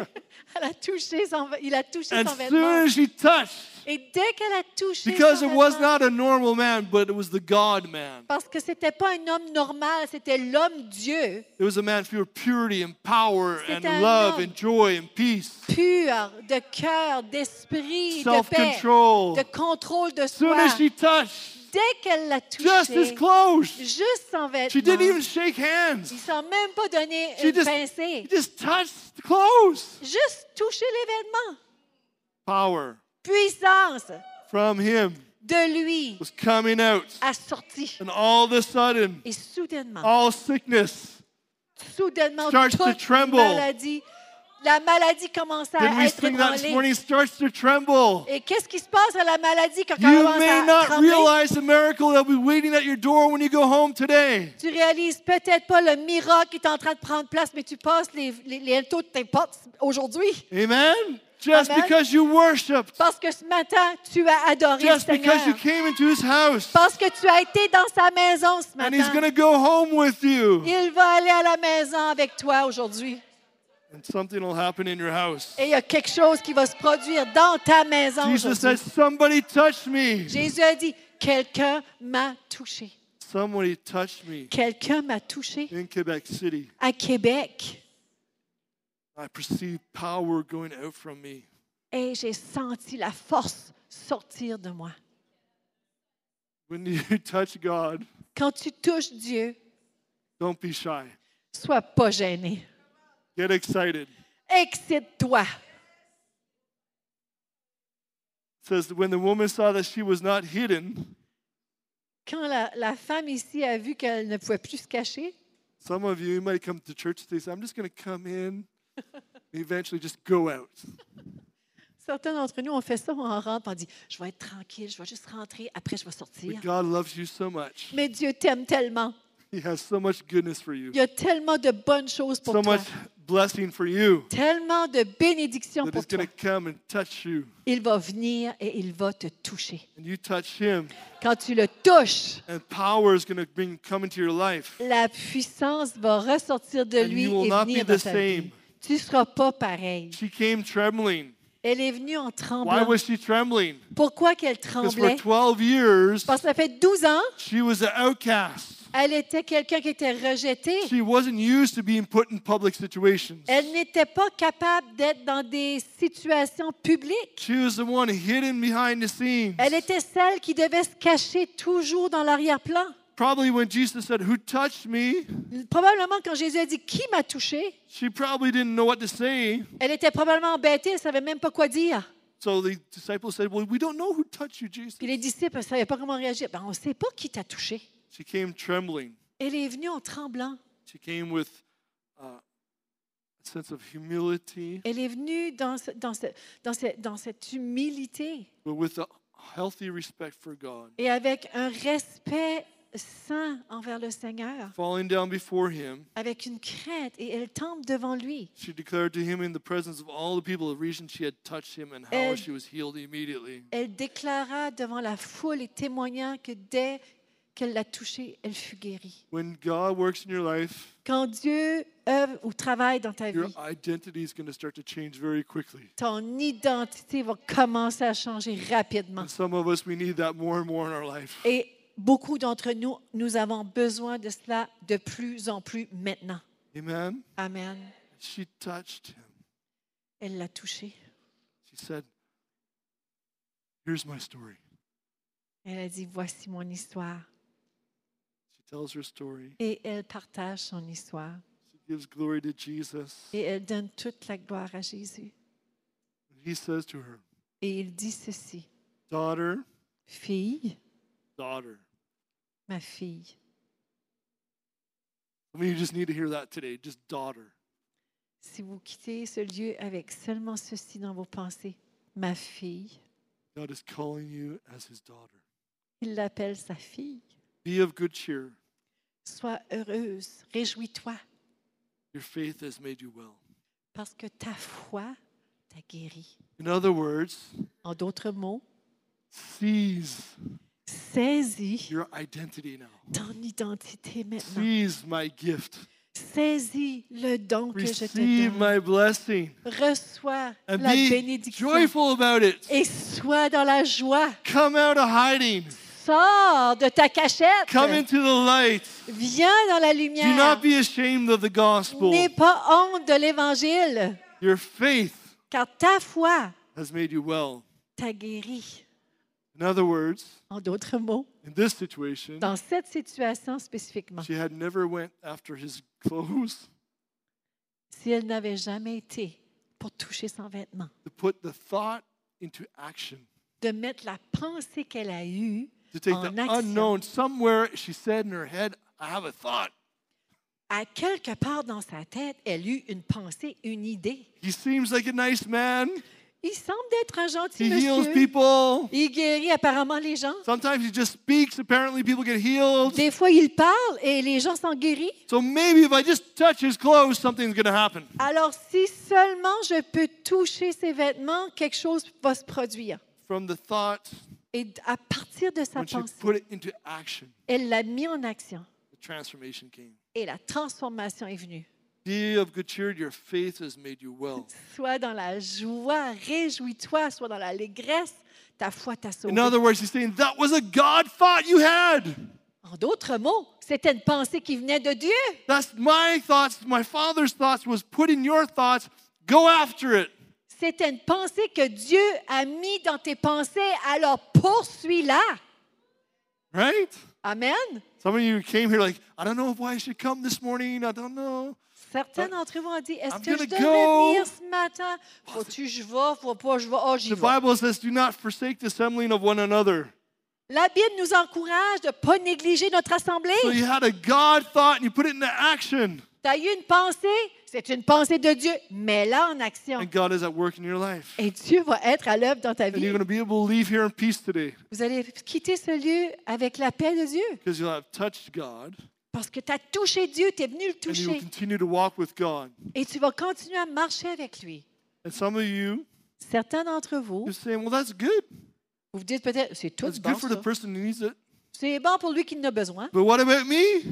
elle a touché son, ve- il a touché And son soon vêtement. as she touched, Et dès qu'elle a touché because son it was vêtement, not a normal man, but it was the God man. parce que c'était pas un homme normal, c'était l'homme Dieu. It was a man full of purity and power C'était and un love homme. and joy and peace, pur de cœur, d'esprit, de paix, self-control. de control de As soon soi. as she touched Dès qu'elle l'a just his touché, clothes, juste son she didn't vêtement, even shake hands. ils s'en même pas donné She une just, pincée. he just touched the clothes. Juste toucher les vêtements. Power Puissance from him de lui was coming out. assortie. And all of a sudden, Et soudainement, all sickness. soudainement, Oh, starts to toute tremble. maladie, la maladie commençait Didn't à we être sing that this ébranlée. morning? Starts to tremble. Et qu'est-ce qui se passe à la maladie quand elle You commence may à not trembler? realize the miracle that'll be waiting at your door when you go home today. Tu réalises peut-être pas le miracle qui est en train de prendre place, mais tu passes les, les, les taux de tes portes aujourd'hui. Amen? Just Amen. because you worshiped. Parce que ce matin, tu as adoré le just because you Seigneur. came into his house Parce que tu as été dans sa maison ce and he's going matin. to go home with you Il va aller à la maison avec toi aujourd'hui. and something will happen in your house. Et il y a quelque chose qui va se produire dans ta maison. Jesus said, aujourd'hui. Somebody touched me. Jésus a dit, quelqu'un m'a touché. Somebody touched me Quelqu'un m'a touché in Quebec City. à Québec. I perceived power going out from me. Et j'ai senti la force sortir de moi. When you touch God, Quand tu touches Dieu, don't be shy. sois pas gêné. Get excited. It Excite-toi. says, When the woman saw that she was not hidden, Quand la, la femme ici a vu qu'elle ne pouvait plus se cacher, some of you might come to church today say, I'm just going to come in and eventually just go out. certains d'entre nous, on fait ça, on rentre, on dit, je vais être tranquille, je vais juste rentrer, après je vais But sortir. God loves you so much. Mais Dieu t'aime tellement. He has so much goodness for you, Il y a tellement de bonnes choses pour so toi. much blessing for you Tellement de bénédictions that pour He's toi. going to come and touch you. Il va venir et il va te toucher. And you touch Him, Quand tu le touches, and power is going to bring come into your life. la puissance va ressortir de And lui et you will not be venir the dans ta vie. same. Tu ne seras pas pareil. She came trembling. Elle est venue en Why tremblant. was she trembling? Pourquoi qu'elle Because for tremblait? 12 years, Parce que ça fait 12 ans, she was an outcast. elle était quelqu'un qui était rejeté. She wasn't used to being put in public situations. Elle n'était pas capable d'être dans des situations publiques. She was the one hidden behind the scenes. Elle était celle qui devait se cacher toujours dans l'arrière-plan. Probably when Jesus said, Who touched me? Probablement quand Jésus a dit qui m'a touché, She probably didn't know what to say. elle était probablement embêtée, elle savait même pas quoi dire. So the disciples said, Well, we don't know who touched you, Jesus. Puis les disciples ne savaient pas comment réagir. Ben, on ne sait pas qui t'a touché. She came trembling. Elle est venue en tremblant. She came with uh, a sense of humility, Elle est venue dans, ce- dans, ce- dans, ce- dans cette humilité but with a healthy respect for God. et avec un respect saint envers le Seigneur, Falling down before him, avec une crainte, et elle tombe devant lui. she declared to him in the presence of all the people the reason she had touched him and how And- she was healed immediately. Elle déclara devant la foule et témoigna que dès qu'elle l'a touché, elle fut guérie. When God works in your life, Quand Dieu œuvre ou travaille dans ta your vie, identity is going to start to change very quickly. ton identité va commencer à changer rapidement. And some of us, we need that more and more in our life. Et beaucoup d'entre nous, nous avons besoin de cela de plus en plus maintenant. Amen. Amen. She touched him. Elle l'a touché. She said, Here's my story. Elle a dit, voici mon histoire. She tells her story. Et elle partage son histoire. She gives glory to Jesus. Et elle donne toute la gloire à Jésus. He says to her, Et il dit ceci, Daughter, fille, daughter. ma fille. I mean, you just need to hear that today. Just daughter. Si vous quittez ce lieu avec seulement ceci dans vos pensées, ma fille, God is calling you as his daughter. il l'appelle sa fille. Be of good cheer. Sois heureuse, réjouis-toi, Your faith has made you well. parce que ta foi t'a guéri. In other words, En d'autres mots, seize Saisis your identity now. ton identité maintenant. Seize my gift. Saisis le don que je te Receive donne. my blessing Reçois and la be bénédiction joyful about it. et sois dans la joie. Come out of hiding. Sors de ta cachette. Come into the light. Viens dans la Do not lumière. be ashamed of the gospel. N'aie pas honte de l'Évangile, Your faith car ta foi has made you well. t'a guéri. In other words, En d'autres mots, in this situation, dans cette situation spécifiquement, she had never went after his clothes si elle n'avait jamais été pour toucher son vêtement, to put the thought into action. de mettre la pensée qu'elle a eue To take en the action. unknown somewhere she said in her head, I have a thought. À quelque part dans sa tête, elle eut une pensée, une idée. He seems like a nice man. Il semble être un gentil He heals monsieur. people. Il guérit apparemment les gens. Sometimes he just speaks. Apparently, people get healed. Des fois, il parle et les gens sont guéris. So maybe if I just touch his clothes, something's going to happen. Alors, si seulement je peux toucher ses vêtements, quelque chose va se produire. From the thought, Et à partir de sa when she pensée, put it into action, elle l'a mis en action the transformation came. et la transformation est venue. Be of good cheer, your faith has made you well. Sois dans la joie, réjouis-toi, sois dans l'allégresse, ta foi t'a sauvé. In other words, he's saying that was a God thought you had. En d'autres mots, c'était une pensée qui venait de Dieu. That's my thoughts, my father's thoughts was put in your thoughts. Go after it. C'était une pensée que Dieu a mis dans tes pensées, alors poursuis-la. Right? Amen. Some of you came here like, I don't know why I should come this morning. I don't know. Certains d'entre vous ont dit, est-ce Ah, I'm que je gonna devrais go. venir ce matin? Faut-tu que je vais? Faut pas que je vais? Oh, j'y The vais. Bible says, do not forsake the assembling of one another. La Bible nous encourage de ne pas négliger notre assemblée. So you had a God thought and you put it into action. Tu as eu une pensée, c'est une pensée de Dieu, mets-la en action. And God is at work in your life. Et Dieu va être à l'œuvre dans ta And you're vie. going to be able to leave here in peace today Vous allez quitter ce lieu avec la paix de Dieu because you'll have touched God parce que tu as touché Dieu, tu es venu and le you will toucher continue to walk with God. et tu vas continuer à marcher avec lui. And some of you, Certains d'entre vous, you're saying, well, that's good. vous vous dites peut-être, c'est tout That's bon, good for the ça. person who needs it. c'est bon pour lui qui en a besoin, But what about me?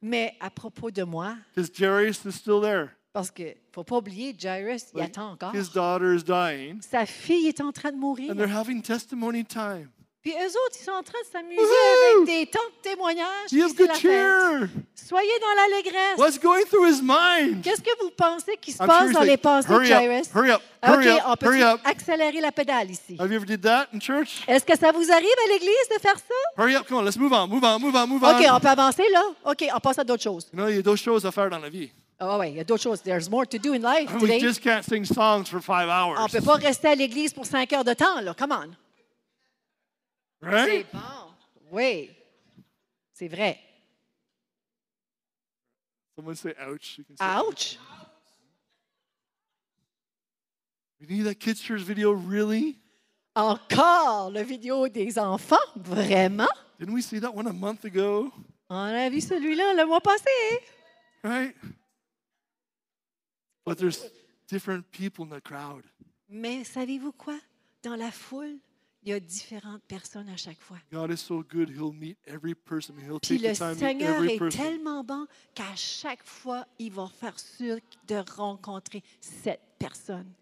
mais à propos de moi, His Jairus is still there. parce que faut pas oublier, Jairus, il Like, attend encore. His daughter is dying. Sa fille est en train de mourir. And they're having testimony time. Puis eux autres, ils sont en train de s'amuser Woohoo! avec des temps de témoignages. Be puis of c'est good la fête. cheer. Soyez dans l'allégresse. What's going through his mind? Qu'est-ce que vous pensez qui se I'm sure passe he's dans les like, pensées de hurry Jairus? up, hurry up, Ah, hurry OK, on up, peut hurry up. accélérer la pédale ici. Have you ever did that in church? Est-ce que ça vous arrive à l'Église de faire ça? Hurry up, come on, let's move on, move on, move on, move on. OK, on peut avancer là? OK, on passe à d'autres choses. You know, il y a d'autres choses à faire dans la vie. Ah ouais, il y a d'autres choses. There's more to do in life We today. Ah Ah, just can't sing songs for five hours. On ne peut pas rester à l'Église pour cinq heures de temps, là. Come on. Right? C'est bon. Oui. C'est vrai. Someone say ouch. You can say, Ouch! We need that kids' church video, really? Encore le vidéo des enfants? Vraiment? Didn't we see that one a month ago? On a vu celui-là le mois passé. Right? But there's different people in the crowd. Mais savez-vous quoi? Dans la foule, il y a différentes personnes à chaque fois. God is so good, He'll meet every person. He'll Puis take le the time to meet Seigneur every est person. tellement bon qu'à chaque fois, ils vont faire sûr de rencontrer cette personne.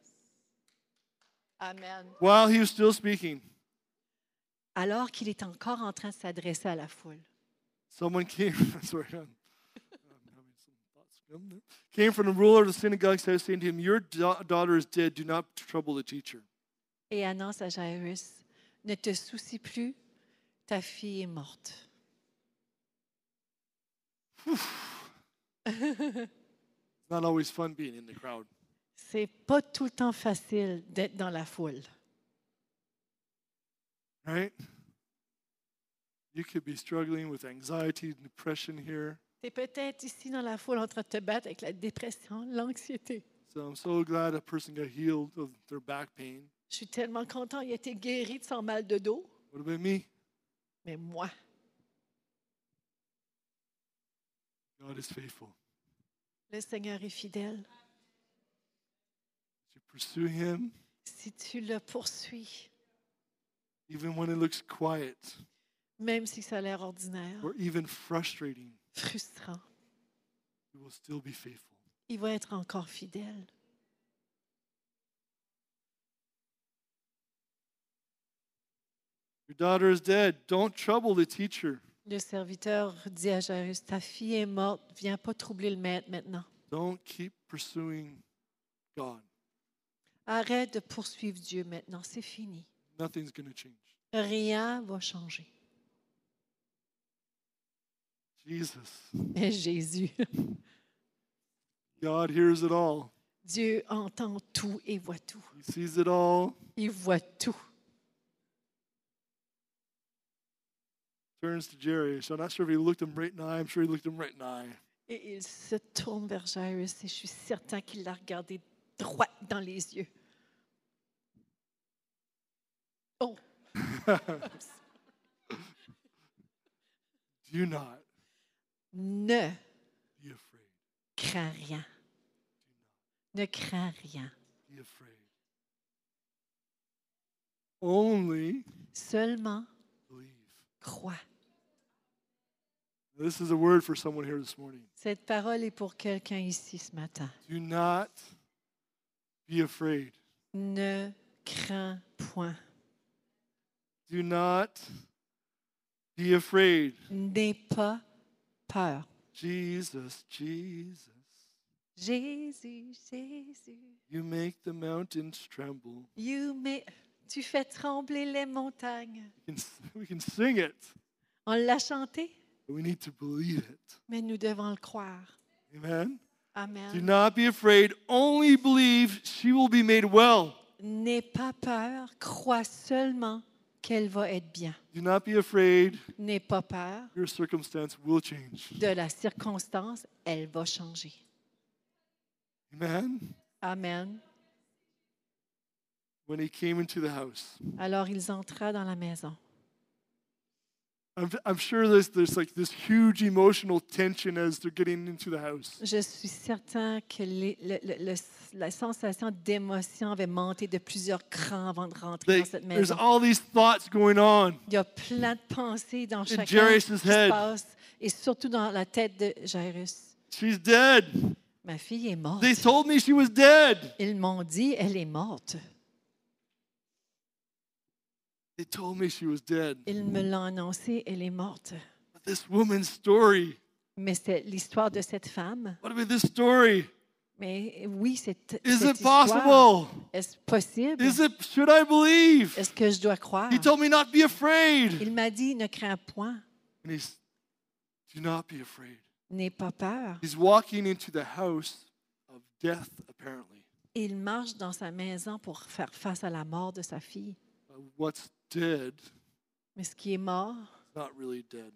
Amen. While he was still speaking, Alors qu'il est encore en train de s'adresser à la foule. someone came. sorry, I'm, I'm having some thoughts come there. Came from the ruler of the synagogue's house, saying to him, "Your da- daughter is dead. Do not trouble the teacher." Et annonce à Jairus, ne te soucie plus, ta fille est morte. It's not always fun being in the crowd. C'est pas tout le temps facile d'être dans la foule. right? You could be struggling with anxiety and depression here. Tu es peut-être ici dans la foule en train de te battre avec la dépression, l'anxiété. So I'm so glad a person got healed of their back pain. Je suis tellement content, il a été guéri de son mal de dos. What about me? Mais moi, God is faithful. le Seigneur est fidèle. You pursue Him Si tu le poursuis, even when it looks quiet même si ça a l'air ordinaire, or even frustrating, frustrant, He will still be faithful. il va être encore fidèle. Your daughter is dead. Don't trouble the teacher. Le serviteur dit à Jairus, ta fille est morte, viens pas troubler le maître maintenant. Don't keep pursuing God. Arrête de poursuivre Dieu maintenant, c'est fini. Nothing's going to change. Rien va changer. Jesus, Mais Jésus, God hears it all. Dieu entend tout et voit tout. He sees it all. Il voit tout. Turns to Jerry. So I'm not sure if he looked him right in the eye. I'm sure he looked him right in the eye. Et il se tourne vers Jairus et je suis certain qu'il l'a regardé droit dans les yeux. Oh, Do not ne be afraid. crains rien. Ne crains rien. Be afraid. Only Seulement believe. crois. This is a word for someone here this morning. Cette parole est pour quelqu'un ici ce matin. Do not be afraid. Ne crains point. Do not be afraid. N'aie pas peur. Jesus, Jesus, Jésus, Jésus, you make the mountains tremble. you may... tu fais trembler les montagnes. We can, we can sing it, On l'a chanté, but we need to believe it. mais nous devons le croire. Amen. Do Amen. not be afraid. Only believe she will be made well. N'aie pas peur, crois seulement qu'elle va être bien. Do not be afraid. N'aie pas peur Your circumstance will change. de la circonstance, elle va changer. Amen. Amen. When he came into the house, Alors ils entra dans la maison. I'm, I'm sure there's, there's like this huge emotional tension as they're getting into the house. Je suis certain que les- le- le- le- la sensation d'émotion avait monté de plusieurs crans avant de rentrer They, dans cette there's maison. all these thoughts going on. Il y a plein de pensées dans chacun qui Jairus' se head. passe, et surtout dans la tête de Jairus. She's dead. Ma fille est morte. They told me she was dead. Ils m'ont dit, elle est morte. They told me she was dead. Ils me l'ont annoncé, elle est morte. But this woman's story. Mais c'est l'histoire de cette femme. What about this story? Mais oui, c'est Is cette it histoire. possible? Est-ce possible? Is it? Should I believe? Est-ce que je dois croire? He told me not be afraid. Il m'a dit, ne crains point, And he's, do not be afraid. n'aie pas peur. He's walking into the house of death, apparently. Il marche dans sa maison pour faire face à la mort de sa fille. But what's dead is Mais ce qui est mort, not really dead.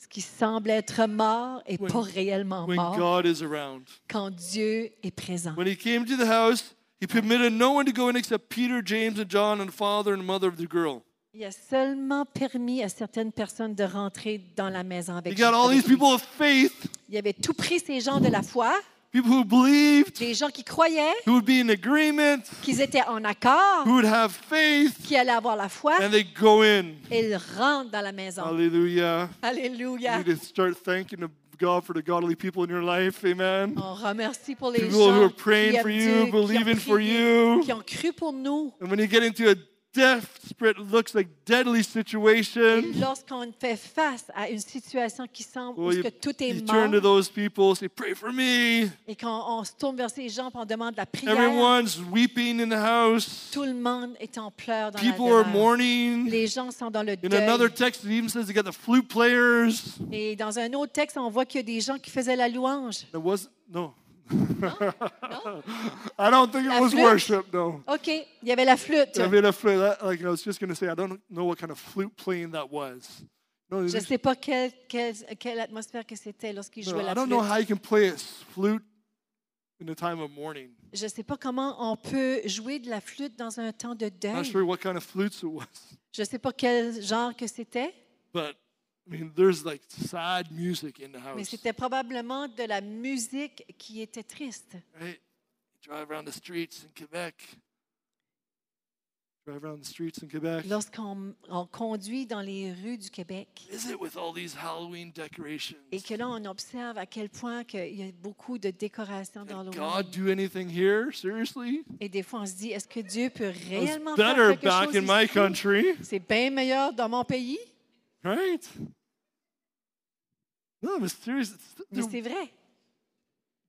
ce qui semble être mort, est When- pas réellement When mort God is around. quand Dieu est présent. When he came to the house, he permitted no one to go in except Peter, James, and John, and the father and mother of the girl. Il a seulement permis à certaines personnes de rentrer dans la maison He avec, got all avec these lui. people of faith, Il avait tout pris ces gens de la foi, people who believed, des gens qui croyaient who would be in agreement, qu'ils étaient en accord, who would have faith, qui allaient avoir la foi, and they go in. et ils rentrent dans la maison. Hallelujah. You Alléluia. need to start thanking the God for the godly people in your life. Amen. On remercie pour les People who gens are qui, praying aiment for you, Dieu, qui ont believing for prié, you. qui ont cru pour nous. And when you get into a desperate, looks like deadly Et situation, lorsqu'on fait face à une situation qui semble où well, est-ce Oh, you, que tout est you turn to mort those people, say, pray for me. et qu'on on se tourne vers ces gens et on demande la prière, Everyone's weeping in the house. tout le monde est en pleurs dans People la are demeure. mourning. Les gens sont dans le In deuil. another text, it even says they got the flute players. Et dans un autre texte, on voit qu'il y a des gens qui faisaient la louange. That wasn't, no. I don't think La it was flûte. worship, no. OK, il y avait la flûte. I mean, a flute, that- like I was just going to say, I don't know what kind of flute playing that was. No, Je ne there's- sais pas quelle, quelle- quelle atmosphère que c'était lorsqu'ils no, jouaient I la don't flûte. know how you can play a flute in the time of mourning. Je ne sais pas comment on peut jouer de la flûte dans un temps de I'm deuil. not sure what kind of flutes it was, Je ne sais pas quel genre que c'était, but I mean, there's like sad music in the mais house. c'était probablement de la musique qui était triste. Right? Drive around the streets in Quebec. Drive around the streets in Quebec. Lorsqu'on on conduit dans les rues du Québec Is it with all these Halloween decorations? et que là, on observe à quel point que il y a beaucoup de décorations dans Did l'eau. God do anything here? Seriously? Et des fois, on se dit, est-ce que Dieu peut It was réellement faire better quelque back chose in my ici? country, C'est bien meilleur dans mon pays, right? No, but seriously, mais c'est vrai.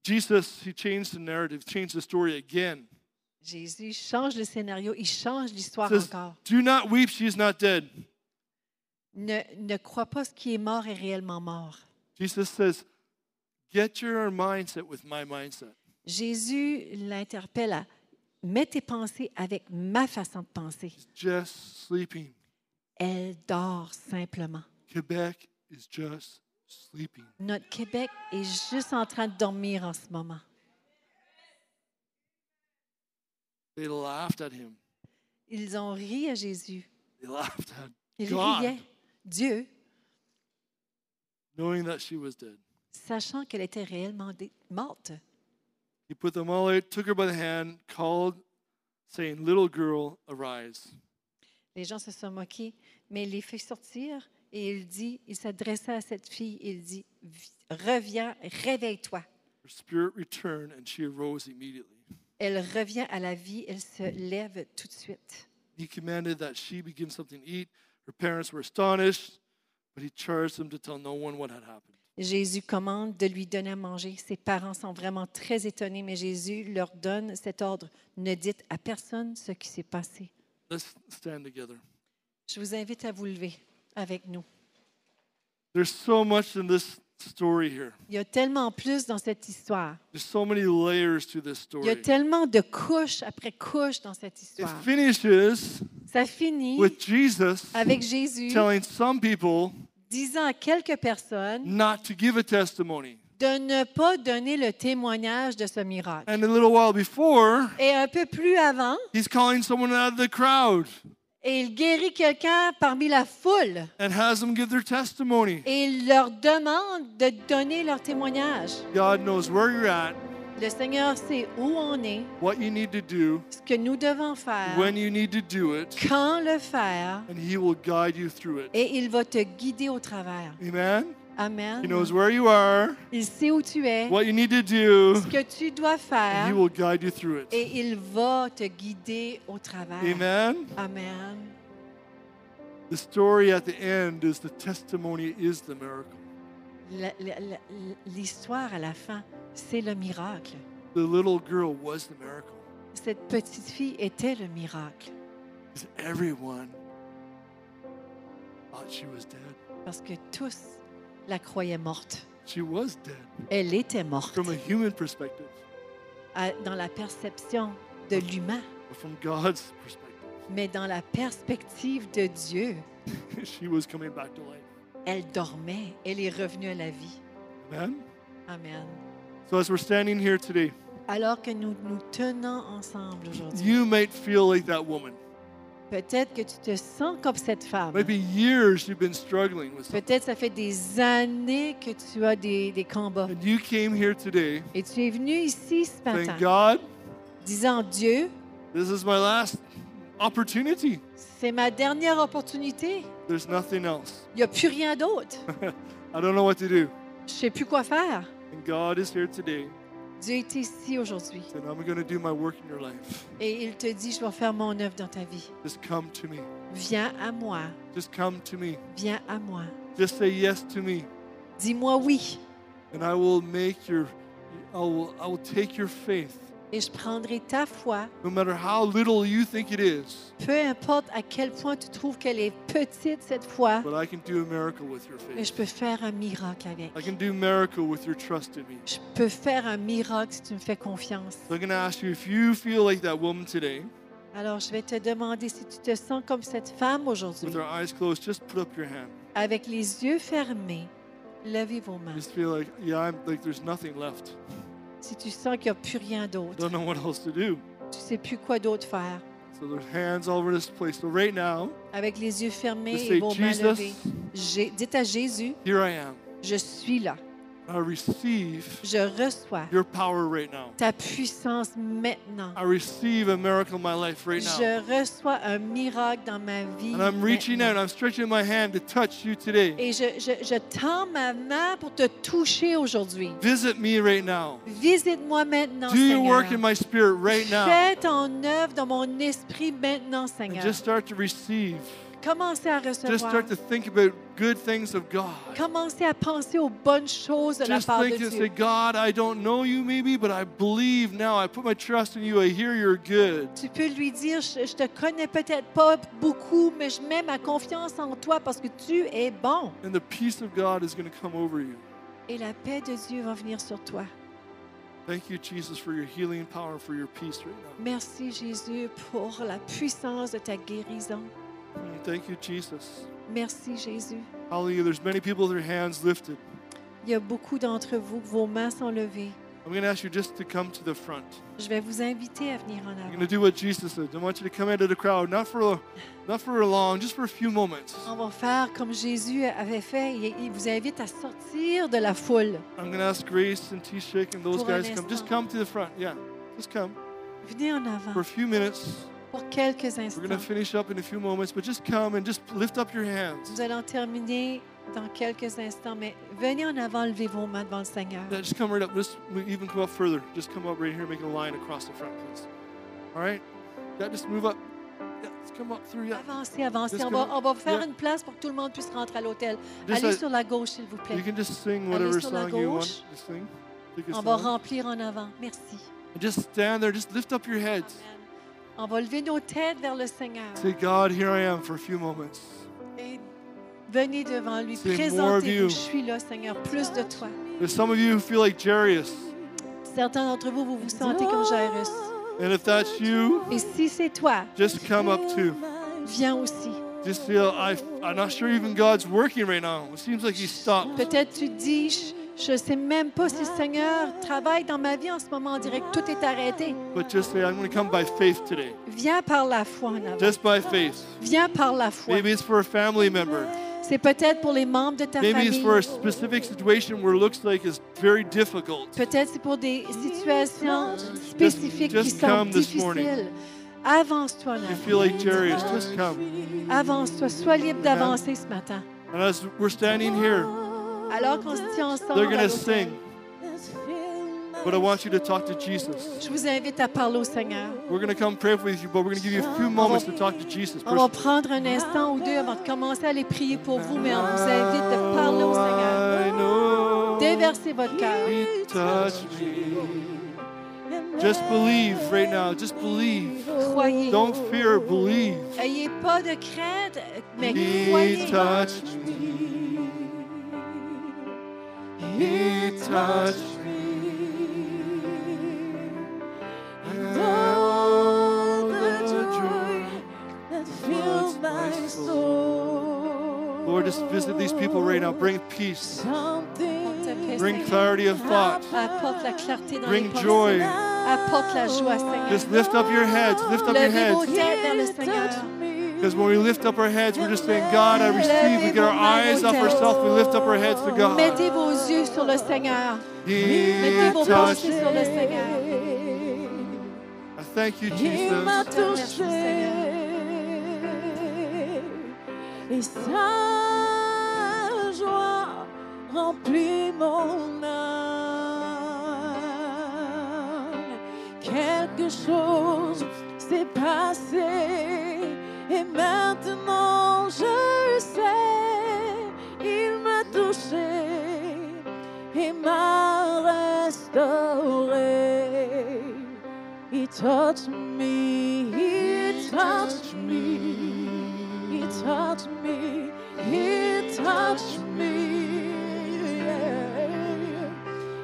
Jesus, he changed the narrative, changed the story again. Jésus change le scénario, il change l'histoire Says, encore. Do not weep, she is not dead. Ne, ne crois pas ce qui est mort est réellement mort. Jesus says, Get your mindset with my mindset. Jésus l'interpelle à mets tes pensées avec ma façon de penser. She's just sleeping. Elle dort simplement. Quebec is just sleeping. Notre Québec est juste en train de dormir en ce moment. They laughed at him. Ils ont ri à Jésus. They laughed at Ils God, riaient. Dieu, knowing that she was dead. sachant qu'elle était réellement dé- morte, He put them all out, took her by the hand, called, saying, Little girl, arise. les gens se sont moqués, mais il les fait sortir Et il dit, il s'adressait à cette fille, il dit, reviens, réveille-toi. Her spirit returned and she arose immediately. Elle revient à la vie, elle se lève tout de suite. He commanded that she begin something to eat. Her parents were astonished, but he charged them to tell no one what had happened. Jésus commande de lui donner à manger. Ses parents sont vraiment très étonnés, mais Jésus leur donne cet ordre. Ne dites à personne ce qui s'est passé. Let's stand together. Je vous invite à vous lever avec nous. There's so much in this story here. Il y a tellement plus dans cette histoire. There's so many layers to this Il y a story. tellement de couches après couches dans cette It histoire. finishes Ça finit with Jesus avec Jésus telling some people disant à quelques personnes not to give a testimony. de ne pas donner le témoignage de ce miracle. And a little while before, Et un peu plus avant, he's calling someone out of the crowd et il guérit quelqu'un parmi la foule and has them give their testimony. et il leur demande de donner leur témoignage. God knows where you're at, Le Seigneur sait où on est, what you need to do, ce que nous devons faire, when you need to do it, quand le faire, and he will guide you through it. et il va te guider au travers. Amen? Amen. He knows where you are, Il sait où tu es, what you need to do, ce que tu dois and faire, he will guide you through it. et il va te guider au travers. Amen? Amen. The story at the end is the testimony is the miracle. La- la- la- L'histoire à la fin, c'est le miracle. The little girl was the miracle. Cette petite fille était le miracle Because everyone thought she was dead. parce que tous la croyaient morte. She was dead Elle était morte from a human perspective, à- dans la perception de l'humain, but from God's perspective, mais dans la perspective de Dieu, she was coming back to life. elle dormait, elle est revenue à la vie. Amen? Amen. So, as we're standing here today, Alors que nous nous tenons ensemble aujourd'hui, you might feel like that woman. peut-être que tu te sens comme cette femme. Maybe years you've been struggling with something. Peut-être ça fait des années que tu as des, des combats. And you came here today Et tu es venu ici ce saying, matin, God, disant Dieu, this is my last opportunity. c'est ma dernière opportunité. There's nothing else. Il n'y a plus rien d'autre. I don't know what to do. Je sais plus quoi faire. And God is here today Dieu est ici aujourd'hui. saying, I'm going to do my work in your life. Et il te dit, je vais faire mon œuvre dans ta vie. Just come to me. Viens à moi. Just come to me. Viens à moi. Just say yes to me. Dis-moi oui. And I will make your, I will, I will take your faith, Et je prendrai ta foi, no matter how little you think it is, peu importe à quel point tu trouves qu'elle est petite cette foi, but I can do a miracle with your mais je faith. peux faire un miracle avec. I can do a miracle with your trust in me. Je peux faire un miracle si tu me fais confiance. So I'm going to ask you if you feel like that woman today, Alors, je vais te demander si tu te sens comme cette femme aujourd'hui, with our eyes closed, just put up your hand. avec les yeux fermés, levez vos mains. Just feel like, yeah, I'm like there's nothing left. Si tu sens qu'il n'y a plus rien I d'autre, don't know what else to do. tu sais plus quoi d'autre faire, So there's hands all over this place. So right now, avec les yeux fermés just et say, vos mains levées, Jesus, J'ai- dites à Jésus, here I am. je suis là, I receive je reçois your power right now. ta puissance maintenant. I receive a miracle in my life right now. Je reçois un miracle dans ma vie. And I'm reaching out, maintenant. I'm stretching my hand to touch you today. Et je, je, je tends ma main pour te toucher aujourd'hui. Visit me right now. Visite-moi maintenant, Do your Seigneur. work in my spirit right now. Fais ton œuvre dans mon esprit maintenant, And Seigneur. just start to receive. Commencez à Just recevoir. start to think about good things of God. Commencez à penser aux bonnes choses de la Just part de think and say, Dieu. God, I don't know you maybe, but I believe now. I put my trust in you. I hear you're good. Tu peux lui dire, je, je te connais peut-être pas beaucoup, mais je mets ma confiance en toi parce que tu es bon. And the peace of God is going to come over you. Et la paix de Dieu va venir sur toi. Thank you, Jesus, for your healing power and for your peace right now. Merci Jésus pour la puissance de ta guérison. Mm, Thank you, Jesus. Merci Jésus. Hallelujah. There's many people with their hands lifted. Il y a beaucoup d'entre vous, que vos mains sont levées. I'm going to ask you just to come to the front. Je vais vous inviter à venir en I'm avant. going to do what Jesus did. I want you to come into the crowd, not for not for long, just for a few moments. On va faire comme Jésus avait fait. Il il vous invite à sortir de la foule. I'm going to ask Grace and T-Shake and those Pour un guys to come. instant. Just come to the front. Yeah, just come Venez en for avant. a few minutes. pour quelques We're going to instants. finish up in a few moments, but just come and just lift up your hands. Nous allons terminer dans quelques instants, mais venez en avant, levez vos mains devant le Seigneur. Yeah, just come right up. Just move- even come up further. Just come up right here. Make a line across the front, please. All right? Yeah, just move up. Yeah, just come up through. Yeah. Avancez, avancez. Just On va, come- on va faire yeah. une place pour que tout le monde puisse rentrer à l'hôtel. Just Allez like- sur la gauche, s'il vous you plaît. can just sing Allez whatever sur la song you gauche. want. Just sing. Pick a On va song. remplir en avant. Merci. And Just stand there. Just lift up your heads. Amen. On va lever nos têtes vers le Seigneur. Say, God, here I am for a few moments. Et venez devant lui. C'est more of you. Présentez-vous. Je suis là, Seigneur. Plus de toi. There's some of you who feel like Jairus. Certains d'entre vous, vous vous sentez comme Jairus. And if that's you, Et si c'est toi, just come up too. viens aussi. Just feel, I, I'm not sure even God's working right now. It seems like He stopped. Peut-être tu te dis, je ne sais même pas si le Seigneur travaille dans ma vie en ce moment. On dirait que tout est arrêté. But just say, I'm going to come by faith today. Viens par la foi en avant. Just by faith. Viens par la foi. Maybe it's for a family member. C'est peut-être pour les membres de ta Maybe it's famille. for a specific situation where it looks like it's very difficult. Peut-être c'est pour des situations spécifiques Just- qui just sont come this morning. difficiles. Avance-toi, You Nana. feel like Jairus. Just come. Avance-toi. Sois libre d'avancer ce matin. And as we're standing here, Alors qu'on se tient ensemble, they're à going to l'autel, sing. But I want you to talk to Jesus. je vous invite à parler au Seigneur. We're going to come pray with you, but we're going to give you a few moments to talk to Jesus. On va personally. prendre un instant ou deux avant de commencer à les prier pour vous, mais on vous invite de parler au Seigneur. I know Déversez votre cœur. He touched me. Just believe right now. Just believe. Croyez. Don't fear. Believe. Ayez pas de crainte, mais He croyez. touched me. He touched me. All the joy that fills my soul. Lord, just visit these people right now. Bring peace. something. Bring clarity of thought. Apporte la clarté dans les Bring pensées. joy. Apporte la joie, Seigneur. Just lift up your heads. Lift up your Levez vos heads. têtes vers le Seigneur. Because when we lift up our heads, we're just saying, God, I receive. We get our eyes off ourselves. We lift up our heads to God. Mettez vos yeux sur le Seigneur. He Mettez vos touched pensées sur le Seigneur. I thank you, Il m'a Jesus. touché. Et sa joie remplit mon âme. Quelque chose s'est passé et maintenant je le sais. Il m'a touché et m'a restauré. He touched me. He touched me. He touched me. He touched me. Yeah.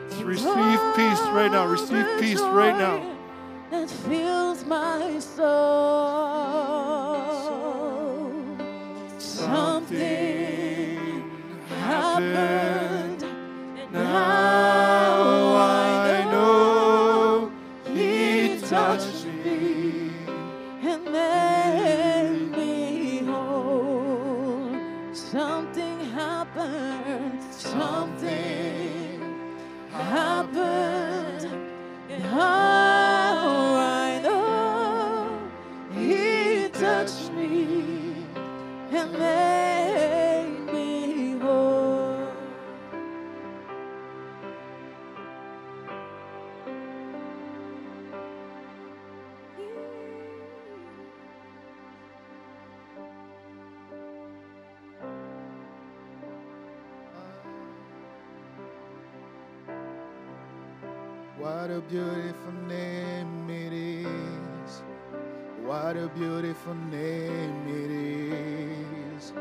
Just receive peace right now. Receive All the peace right joy now. That fills my soul. Something happened. and Now I know He touched me and made me whole. Something happened, something happened. Now I know He touched me and made me whole. What a beautiful name it is. What a beautiful name it is.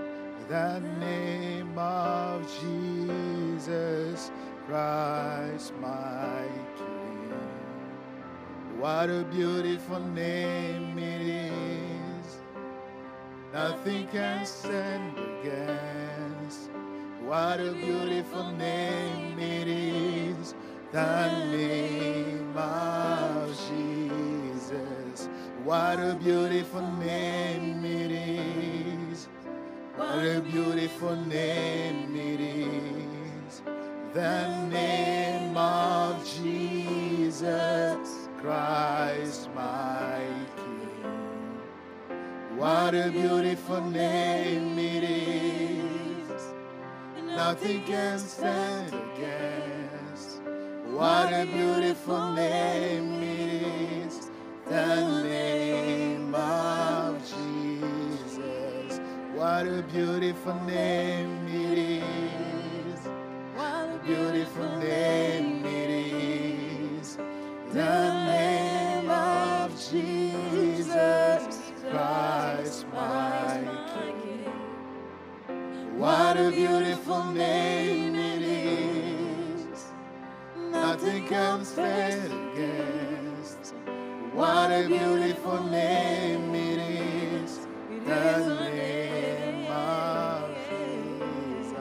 The name of Jesus Christ, my King. What a beautiful name it is. Nothing can stand against. What a beautiful name it is. The name of Jesus. What a beautiful name it is. What a beautiful name it is. The name of Jesus Christ, my King. What a beautiful name it is. Nothing can stand against. What a beautiful name it is. The name of Jesus. What a beautiful name it is. What a Beautiful name it is. The name of Jesus Christ, my King. What a beautiful name it is. Nothing comes stand against. What a beautiful name it is. The name of Jesus.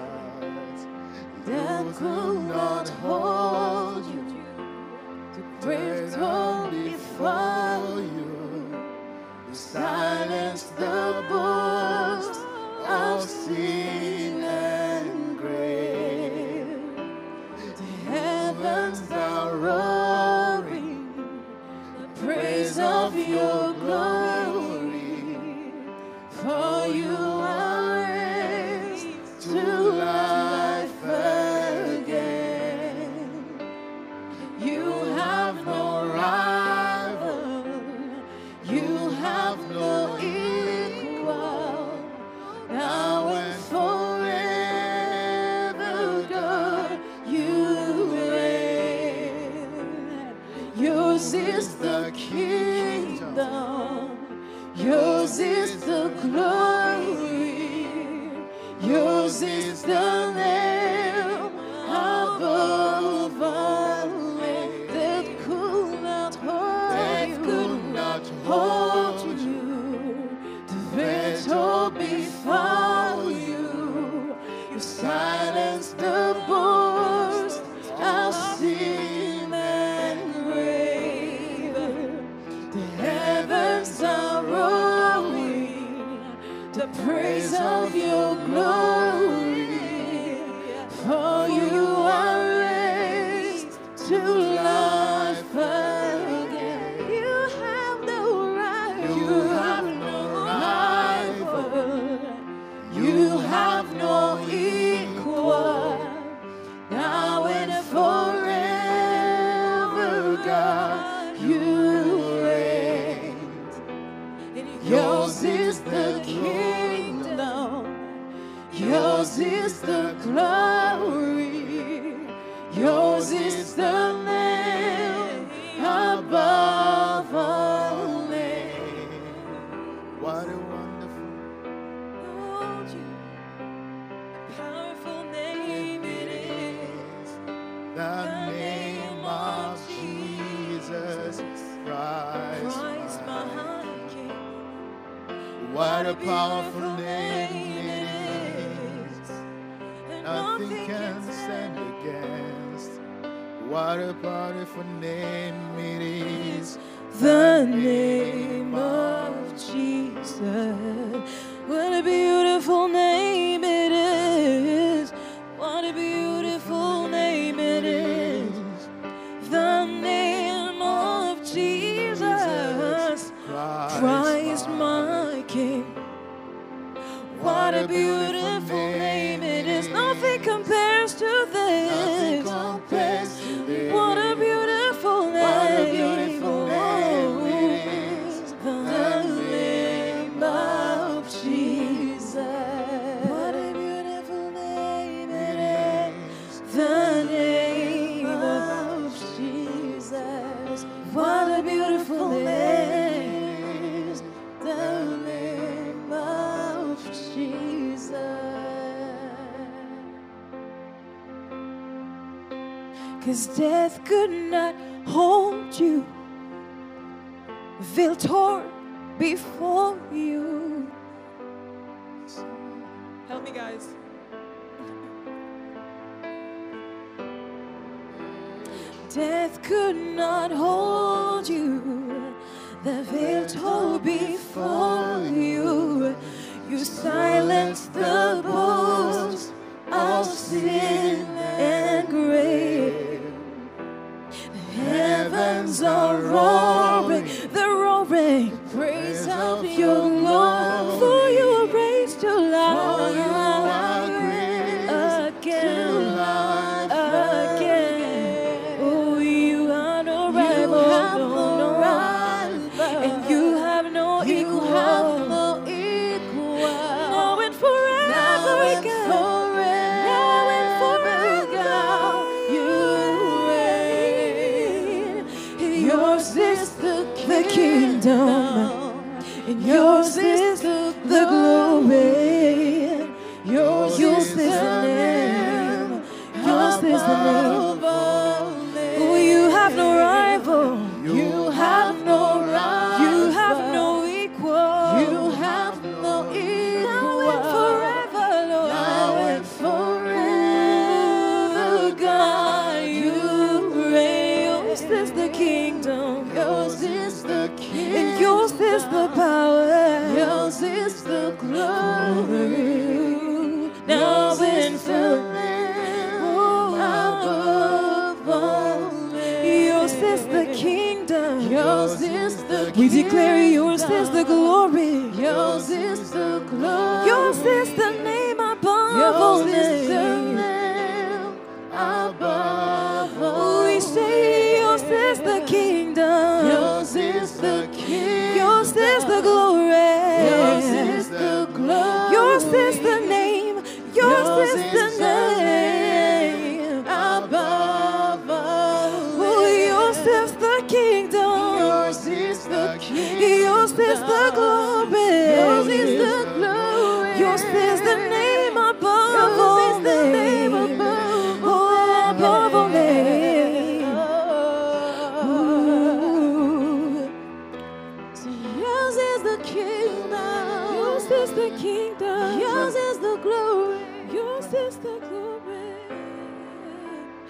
Death could not hold you. The grave Turn told before before you. Silence the boast of sin and grave. the heavens are roaring. The praise of your glory. For you are raised to life again. You have no rival. You have no equal. Now and forever, God, you reign. Yours is the kingdom. Yours is the glory. Yours is the name above all names that could not hold Death you. could not hold hold you. The veil before you. You silenced the boast of sin and grave. The heavens are rolling the praise of your glory. For you are raised to life again. You have no rival. You have no rival. You have no equal now and forever, God, you reign. Yours is the kingdom, yours is the glory, yours is the name above all names. What a wonderful, Powerful name it is. the name of Jesus Christ. Christ, my my King. What a powerful name it is. Nothing can stand against. What a powerful name it is. The name of Jesus. What a beautiful name it is. What a beautiful name it is. The name of Jesus. Christ, my King. What a beautiful name it is. Nothing compares to Nothing this. compares to this. What a beautiful name. Oh, What a beautiful name it is. The name of Jesus. What a beautiful name it is. The name of Jesus. What a beautiful name. is The name of Jesus. Cause death could not hold you. Veil torn before you. Help me, guys. Death could not hold you. The veil tore before you. You silenced the boast of sin and grave. Heavens are roaring, they're roaring. Praise of your glory. Oh, Yours is the kingdom, and yours is the glory. Yours is the name. Yours is the name. Oh, you have no rival. You have no rival. You have no equal. You have no equal. Now and forever, Lord. Now and forever, God, you reign. Yours is the kingdom. Yours is the kingdom. And yours is the power. Yours is the glory. Now and forever, above all. Yours is the kingdom. Yours is the We declare yours is the glory. Yours is the glory. Yours is the name above all names. Above all we say yours is the kingdom. Yours is the kingdom. Yours is the glory. Yours is the glory. Yours is the name. Yours, is, the name. Above all. Yours is the kingdom. Yours is the kingdom. Yours is the glory. Yours is the glory. Yours is the name above all names. Oh, above all names. So yours is the kingdom. Yours is the kingdom. Yours is the glory. Yours is the glory.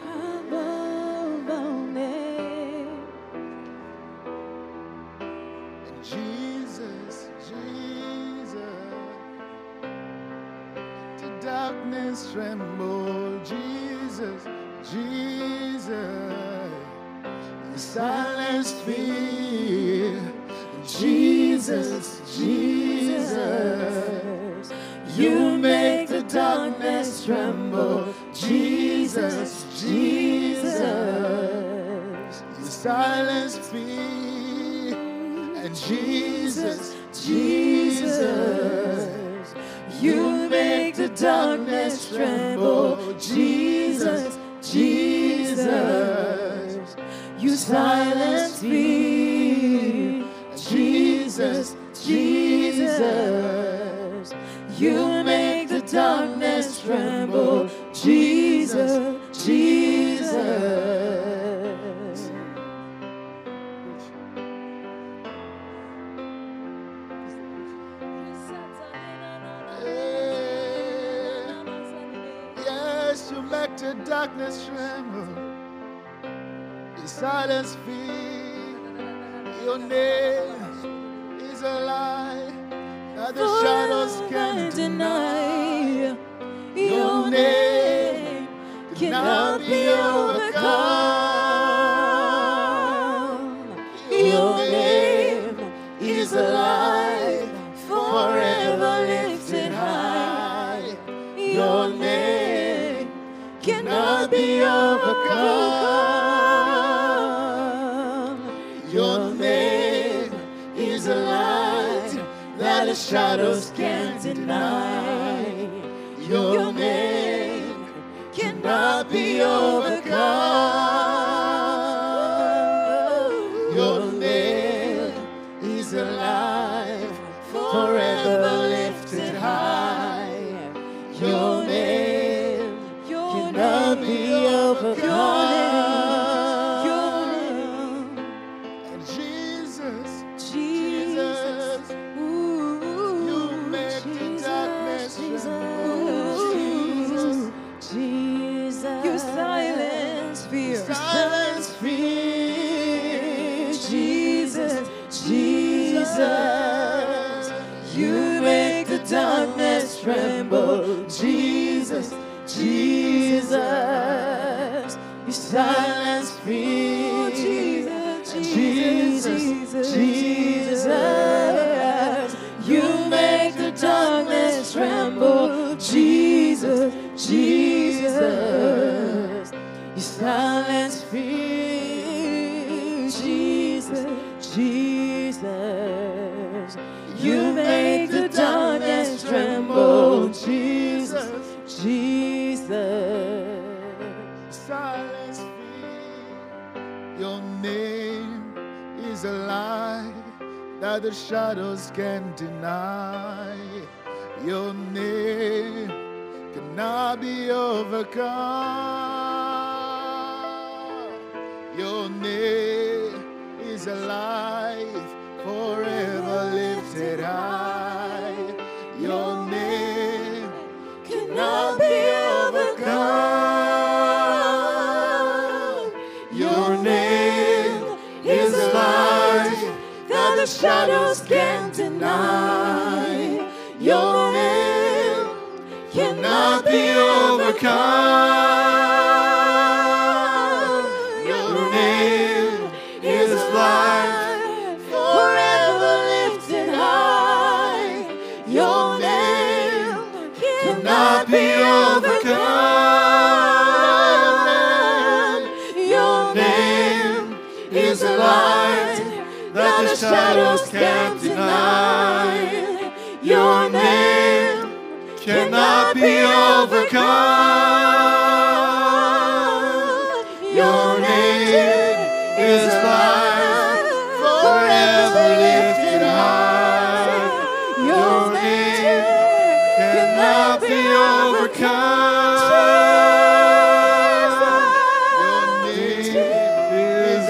Above all names. Jesus, Jesus, the darkness tremble. Jesus, Jesus, the silence fear. Jesus, Jesus, you make the darkness tremble. Jesus, Jesus, the silence fear. And Jesus, Jesus, you make the darkness tremble. Jesus, Jesus, you silence fear. Jesus, Jesus, you make the darkness tremble. Jesus, Jesus. Yes, you make the darkness tremble. The silence fear. Your name is a lie that the shadows can deny. Your name cannot be overcome. Your name is alive, forever lifted high. Your name cannot be overcome. Your name is a light that the shadows can't deny. Your name cannot be overcome. Your name is alive, forever lifted high. Your name cannot be overcome. And Jesus, Jesus, you make the darkness tremble. Jesus, You silence fear. silence fear. Jesus, Jesus, you make the darkness tremble. Jesus, Jesus, you silence fear. Jesus, Jesus, Jesus, you make the darkness tremble. Jesus, Jesus. You silence fear, Jesus, Jesus. You make the darkness tremble, Jesus, Jesus. Silence fear. Your name is a light that the shadows can deny. Your name cannot be overcome. Your name is a light forever lifted high. Your name cannot be overcome. Your name is a light that the shadows can't deny. Your name cannot be overcome. Your name is light forever lifted high. Your name cannot be overcome. Your name is a light that the shadows can't deny. Your name cannot be overcome. Your name is life forever lifted high. Your name cannot be overcome. Your name is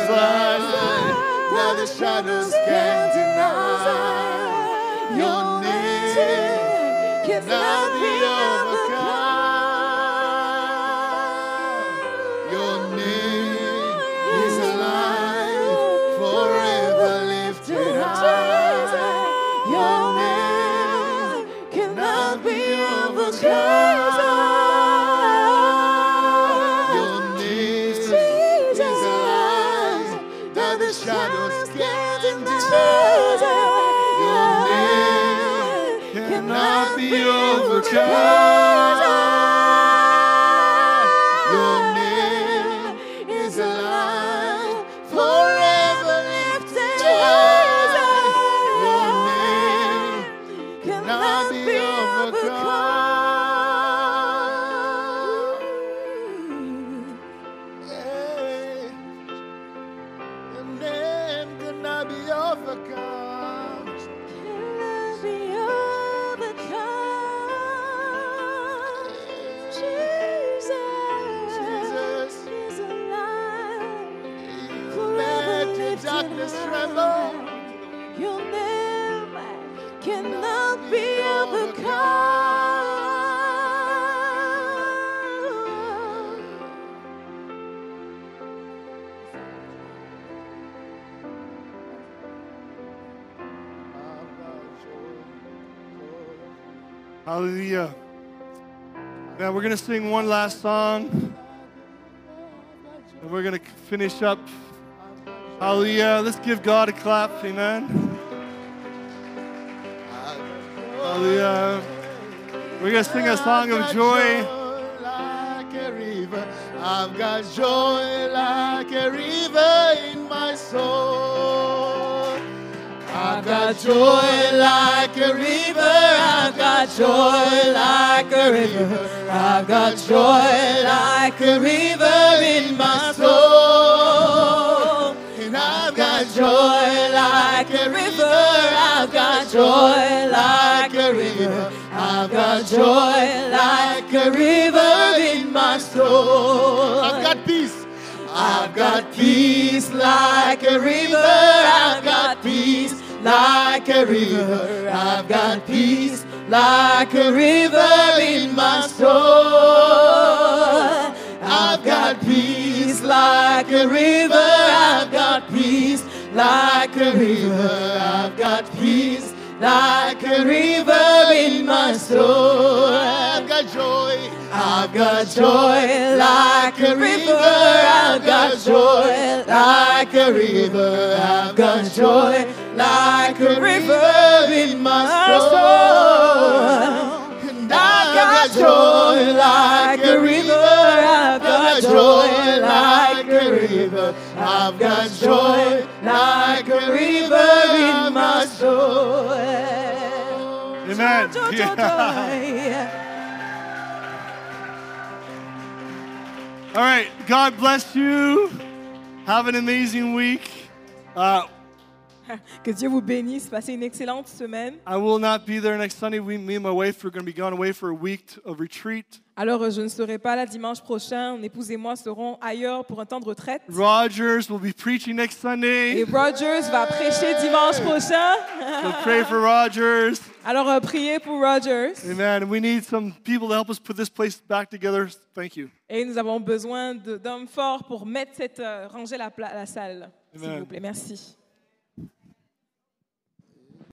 life that the shadows can't deny. Your name cannot be overcome. Your name is alive, forever lifted high. Your name cannot be overcome. Your name is alive, that the shadows can't deny. Your name cannot be overcome. Your name is alive, forever lifted high. Your name cannot be overcome. Hey. Your name cannot be overcome. Jesus, you let the darkness tremble. Your name cannot be overcome. Hallelujah. Now we're going to sing one last song. And we're going to finish up. Hallelujah. Let's give God a clap. Amen. Hallelujah. We're going to sing a song of I've got joy. joy Like a river, I've got joy like a river in my soul. I've got joy like a river, I've got joy like a river, I've got joy like a river in my soul. And I've got joy like a river, I've got joy like a river, I've got joy like a river in my soul. I've got peace. I've got peace like a river. I've got peace like a river. I've got peace like a river in my soul. I've got peace like a river. I've got peace like a river. I've got peace like a river in my soul. I've got joy. I've got joy like a river. I've got joy like a river. I've got joy like a river in my soul. And I've got joy like a river. I've got joy like a river. I've got joy like a river in my soul. Amen. Yeah. All right. God bless you. Have an amazing week. Uh, Que Dieu vous bénisse. Passez une excellente semaine. I will not be there next Sunday. We, me and my wife are going to be gone away for a week t- of retreat. Alors, euh, je ne serai pas là dimanche prochain. Mon épouse et moi serons ailleurs pour un temps de retraite. Rogers will be preaching next Sunday. Et Rogers va prêcher dimanche prochain. So pray for Rogers. Alors, euh, priez pour Rogers. Amen. We need some people to help us put this place back together. Thank you. Et nous avons besoin de- d'hommes forts pour mettre cette, euh, ranger la, pla- la salle. S'il Amen. vous plaît, merci.